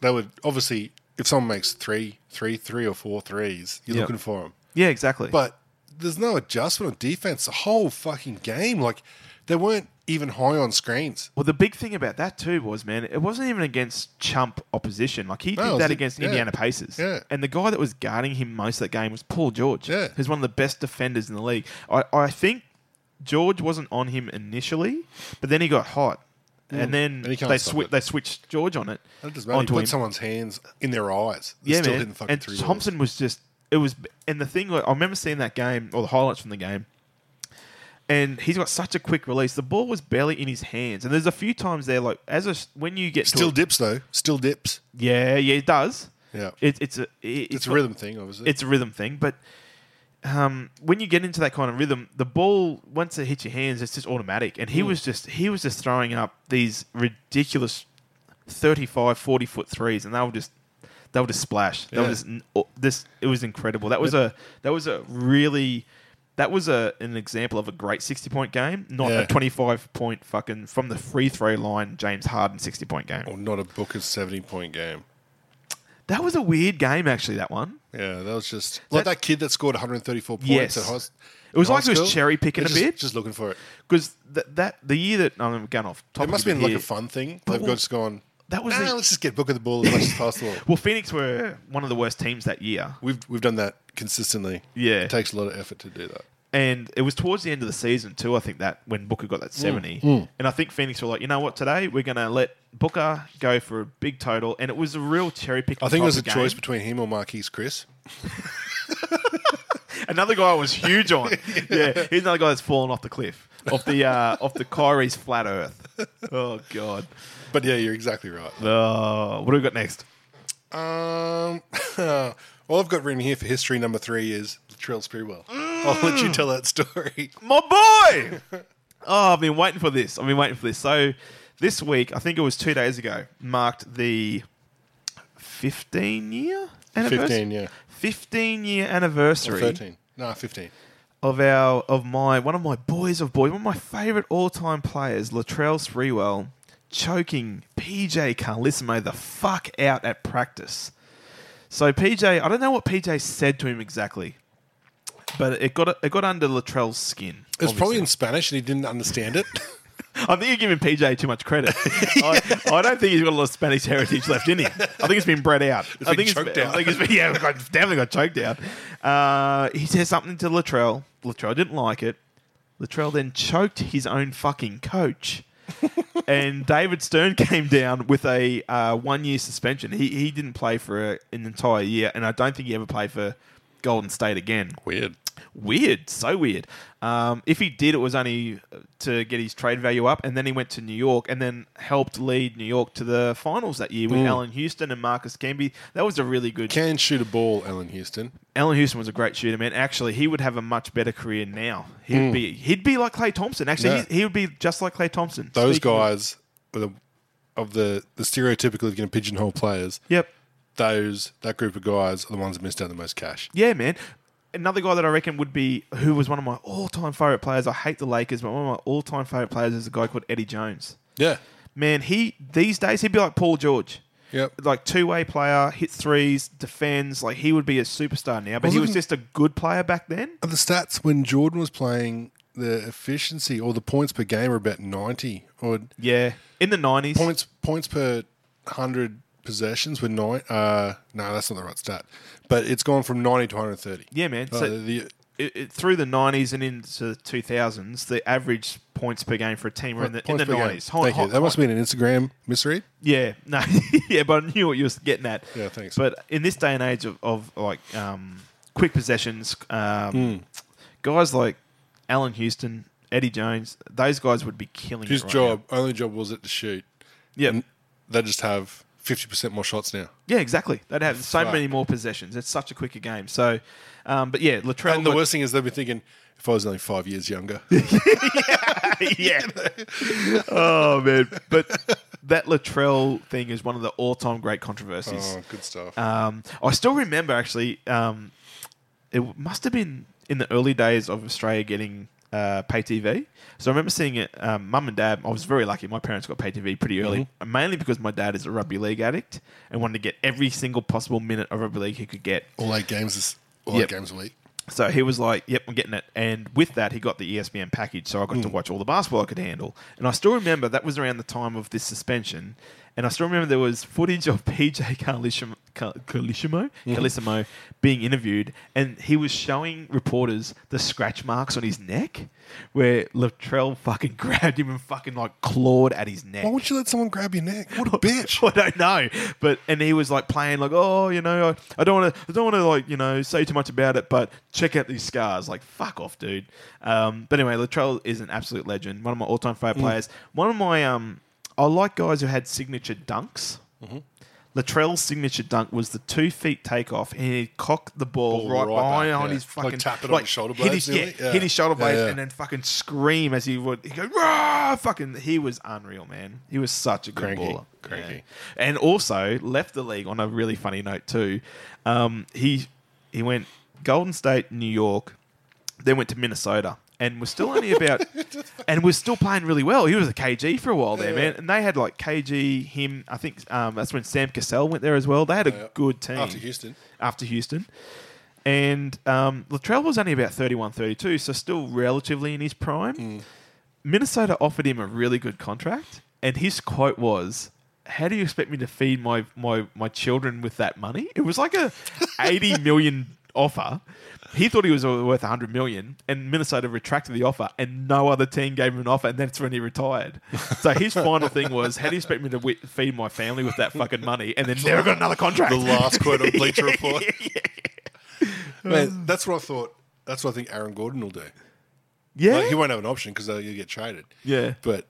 E: they would obviously if someone makes three, three, three or four threes, you're
F: Yep.
E: looking for them.
F: Yeah, exactly.
E: But there's no adjustment on defense the whole fucking game. Like they weren't even high on screens.
F: Well, the big thing about that too was, man, it wasn't even against chump opposition. Like he
E: No, it
F: did
E: was
F: that
E: the-
F: against
E: yeah.
F: Indiana Pacers,
E: Yeah.
F: and the guy that was guarding him most of that game was Paul George,
E: Yeah.
F: who's one of the best defenders in the league. I, I think George wasn't on him initially, but then he got hot, and then
E: And Hmm. he can't
F: they
E: stop
F: swi-
E: it.
F: they switched George on it
E: That doesn't matter. You
F: onto
E: put
F: him.
E: someone's hands in their eyes. They're
F: Yeah,
E: still
F: man.
E: hitting fucking
F: And
E: three
F: Thompson was just it was, and the thing like, I remember seeing that game or the highlights from the game, and he's got such a quick release. The ball was barely in his hands, and there's a few times there like as a when you get
E: balls.
F: to
E: Still
F: a-
E: dips though. Still dips.
F: yeah, yeah, it does.
E: Yeah.
F: It, it's a it-
E: It's, a rhythm thing, obviously.
F: It's a rhythm thing, but um, when you get into that kind of rhythm, the ball once it hits your hands, it's just automatic. And
E: Hmm.
F: he was just he was just throwing up these ridiculous 35, 40 foot threes, and they were just they were just splash. They were
E: Yeah.
F: just n- o- this. It was incredible. That was a that was a really. That was a, an example of a great sixty-point game, not
E: Yeah.
F: a twenty-five-point fucking from the free throw line James Harden sixty-point game.
E: or not a Booker's seventy point game.
F: That was a weird game, actually. That one.
E: Yeah, that was just like
F: That-
E: that kid that scored 134 points
F: Yes.
E: at high
F: It was
E: high
F: like he was
E: school.
F: cherry picking
E: They're
F: a
E: just,
F: bit.
E: just looking for it.
F: Because that, that the year that I'm going off
E: It
F: topic.
E: must
F: a
E: have been
F: bit
E: like
F: here.
E: a fun thing.
F: But
E: They've
F: what-
E: got just gone.
F: that was
E: "Nah,
F: the-
E: let's just get Booker the ball as much as
F: [LAUGHS]
E: possible.
F: Well, Phoenix were one of the worst teams that year,
E: We've we've done that consistently.
F: Yeah.
E: it takes a lot of effort to do that.
F: and it was towards the end of the season too. I think that when Booker got
E: Mm.
F: that seventy, and I think Phoenix were like, you know what, today we're going to let Booker go for a big total, and it was a real cherry pick.
E: I think it was a
F: game.
E: choice between him or Marquise Chris.
F: Another guy I was
E: [LAUGHS]
F: huge on. yeah, he's another guy that's fallen off the cliff, off the uh, off the Kyrie's flat Earth. Oh God.
E: But yeah, you're exactly right.
F: Oh, what do we got next?
E: Um, [LAUGHS] all I've got written here for history number three is Latrell Sprewell.
F: Mm.
E: I'll let you tell that
F: [LAUGHS]
E: story.
F: my boy. [LAUGHS] oh, I've been waiting for this. I've been waiting for this. So this week, I think it was two days ago, marked the 15 year anniversary.
E: 15, yeah.
F: 15 year anniversary
E: Thirteen, no, fifteen.
F: of our of my one of my boys of boys, one of my favorite all time players, Latrell Sprewell, choking PJ Carlissimo the fuck out at practice. So PJ, I don't know what PJ said to him exactly, but it got it got under Latrell's skin.
E: It was probably in Spanish, and he didn't understand it.
F: I think you're giving PJ too
E: [LAUGHS]
F: much credit. I, I don't think he's got a lot of Spanish heritage left in him. I think it's been bred out. I
E: been
F: think
E: choked
F: it's,
E: out.
F: I think it's been, yeah, it got, definitely got choked out. Uh, he says something to Latrell. Latrell didn't like it. Latrell then choked his own
E: [LAUGHS]
F: fucking coach. and David Stern came down with a uh, one year suspension. He, he didn't play for a, an entire year, and I don't think he ever played for Golden State again.
E: Weird.
F: Weird, so weird. Um, if he did, it was only uh, to get his trade value up, and then he went to New York and then helped lead New York to the finals that year
E: Mm.
F: with Allen Houston and Marcus Camby. That was a really good.
E: Can shoot a ball, Alan Houston.
F: Allen Houston was a great shooter, man. Actually, he would have a much better career now. He'd be he'd be like Clay Thompson. Actually,
E: Mm. Yeah.
F: he, he would be just like Clay Thompson.
E: Those
F: Speaking of-
E: guys were the, of the the stereotypical if you can pigeonhole players.
F: yep.
E: Those that group of guys are the ones that missed out the most cash.
F: Yeah, man. Another guy that I reckon would be who was one of my all-time favorite players. I hate the Lakers, but one of my all-time favorite players is a guy called Eddie Jones.
E: Yeah.
F: man, he these days he'd be like Paul George.
E: Yep.
F: Like two way player, hit threes, defends. Like he would be a superstar now, but
E: was
F: he was
E: looking-
F: just a good player back then.
E: The stats when Jordan was playing, the efficiency or the points per game were about ninety, or
F: Yeah, in the nineties.
E: points points per hundred possessions were nine. Uh, no, that's not the right stat, but it's gone from ninety to one hundred thirty.
F: Yeah, man.
E: Uh,
F: So-
E: the,
F: It, it, through the nineties and into the two thousands, the average points per game for a team were in the in
E: points
F: the
E: per game.
F: nineties.
E: Thank you. That must have been an Instagram misread.
F: Yeah, no, [LAUGHS] yeah, but I knew what you were getting at.
E: Yeah, thanks.
F: But in this day and age of, of like um, quick possessions, um,
E: Hmm.
F: guys like Alan Houston, Eddie Jones, those guys would be killing.
E: His
F: it right
E: job, only job was it to shoot.
F: Now. Yeah,
E: And they just have fifty percent more shots now.
F: Yeah, exactly. They'd have so
E: Fuck.
F: many more possessions. It's such a quicker game. So, um, but yeah, Latrell.
E: And the
F: got-
E: worst thing is they've been thinking, if I was only five years younger,
F: [LAUGHS]
E: [LAUGHS]
F: yeah. oh man, but that Latrell thing is one of the all-time great controversies.
E: oh, good stuff.
F: Um, I still remember actually. Um, it must have been in the early days of Australia getting uh, pay TV. So I remember seeing it, um, mum and dad. I was very lucky. My parents got pay TV pretty early,
E: Mm-hmm.
F: mainly because my dad is a rugby league addict and wanted to get every single possible minute of rugby league he could get.
E: All eight games is all
F: Yep.
E: eight games a week.
F: So he was like, "Yep, I'm getting it." And with that, he got the E ESPN package, so I got to
E: Hmm.
F: watch all the basketball I could handle. And I still remember that was around the time of this suspension, and I still remember there was footage of PJ Carlishimo, Cal- Calissimo,
E: Hmm.
F: Calissimo being interviewed, and he was showing reporters the scratch marks on his neck, where Latrell fucking [LAUGHS] grabbed him and fucking like clawed at his neck.
E: Why would you let someone grab your neck? What a [LAUGHS] bitch!
F: I don't know. But and he was like playing like, oh, you know, I, I don't want to, I don't want to like, you know, say too much about it, but check out these scars. Like, fuck off, dude. Um, but anyway, Latrell is an absolute legend. One of my all-time favorite
E: Mm.
F: players. One of my, um, I like guys who had signature dunks.
E: Mm-hmm.
F: Latrell's signature dunk was the two feet takeoff, and he cocked the ball,
E: Ball
F: right,
E: right back,
F: behind
E: yeah.
F: his
E: Like
F: fucking
E: tap it on his shoulder
F: hit
E: blades,
F: his, yeah,
E: nearly? Yeah.
F: hit his shoulder
E: Yeah,
F: blades,
E: yeah.
F: and then fucking scream as he would. He go, Rah! fucking. He was unreal, man. He was such a good
E: Cranky,
F: baller.
E: cranky.
F: Yeah. And also left the league on a really funny note too. Um, he he went Golden State, New York, then went to Minnesota, and was still
E: [LAUGHS]
F: only about and was still playing really well. He was a KG for a while there, man. And they had like KG, him. I think um, that's when Sam Cassell went there as well. They had a
E: Yeah.
F: good team
E: After Houston.
F: After Houston. And um, Latrell was only about 31, 32, so still relatively in his prime. Minnesota offered him a really good contract, and his quote was, "How do you expect me to feed my my my children with that money?" It was
E: [LAUGHS]
F: like a eighty million offer. He thought he was worth hundred million, and Minnesota retracted the offer, and no other team gave him an offer, and that's when he retired.
E: [LAUGHS]
F: So his final thing was, "How do you expect me to wi- feed my family with that fucking money?" And then never got another contract.
E: The last quote on
F: [LAUGHS]
E: Bleacher Report.
F: Uh.
E: Man, that's what I thought. That's what I think Aaron Gordon will do.
F: yeah,
E: Like, he won't have an option because he'll get traded.
F: Yeah.
E: But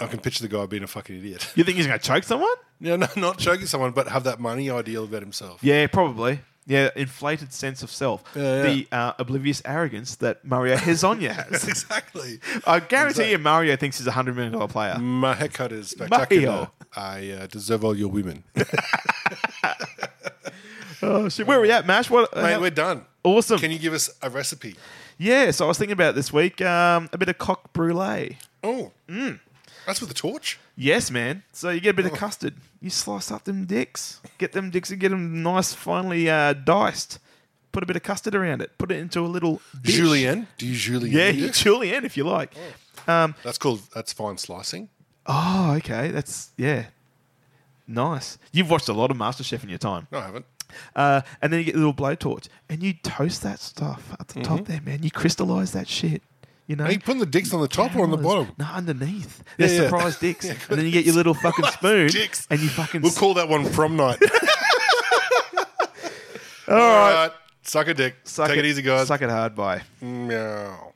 E: I can picture the guy being a fucking idiot. [LAUGHS]
F: you think he's going to choke someone?
E: yeah, no, not choking someone, but have that money ideal about himself.
F: Yeah, probably. Yeah, inflated sense of self,
E: Yeah, yeah.
F: the uh, oblivious arrogance that Mario Hezonja has.
E: [LAUGHS] exactly.
F: I guarantee you, Mario thinks he's a hundred million dollar player.
E: My haircut is spectacular. I uh, deserve all your
F: [LAUGHS]
E: women.
F: Oh shit! Where are we at, Mash? What?
E: Mate,
F: how-
E: we're done.
F: Awesome.
E: Can you give us a recipe?
F: yeah. So I was thinking about this week um, a bit of cock brulee.
E: Oh, that's with a torch.
F: Yes, man. So you get a
E: Oh.
F: bit of custard. You slice up them dicks. Get them dicks and get them nice, finely uh, diced. Put a bit of custard around it. Put it into a little dish.
E: Julienne, do you julienne?
F: Yeah,
E: it?
F: [LAUGHS] julienne if you like.
E: that's called that's fine slicing.
F: Oh, okay. That's yeah. Nice. You've watched a lot of MasterChef in your time.
E: No, I haven't.
F: Uh, and then you get the little blowtorch and you toast that stuff at the top there, man. You crystallize that shit. You know,
E: Are Mm-hmm. you putting the dicks on the top or on the
F: Cameras.
E: bottom?
F: No, underneath. They're
E: Yeah, yeah. [LAUGHS]
F: surprise dicks. and then you get your little fucking spoon
E: dicks.
F: and you fucking.
E: We'll call that one prom night. [LAUGHS] All right. Suck a dick.
F: suck
E: Take it, easy, guys.
F: Suck it hard. Bye.
E: Meow.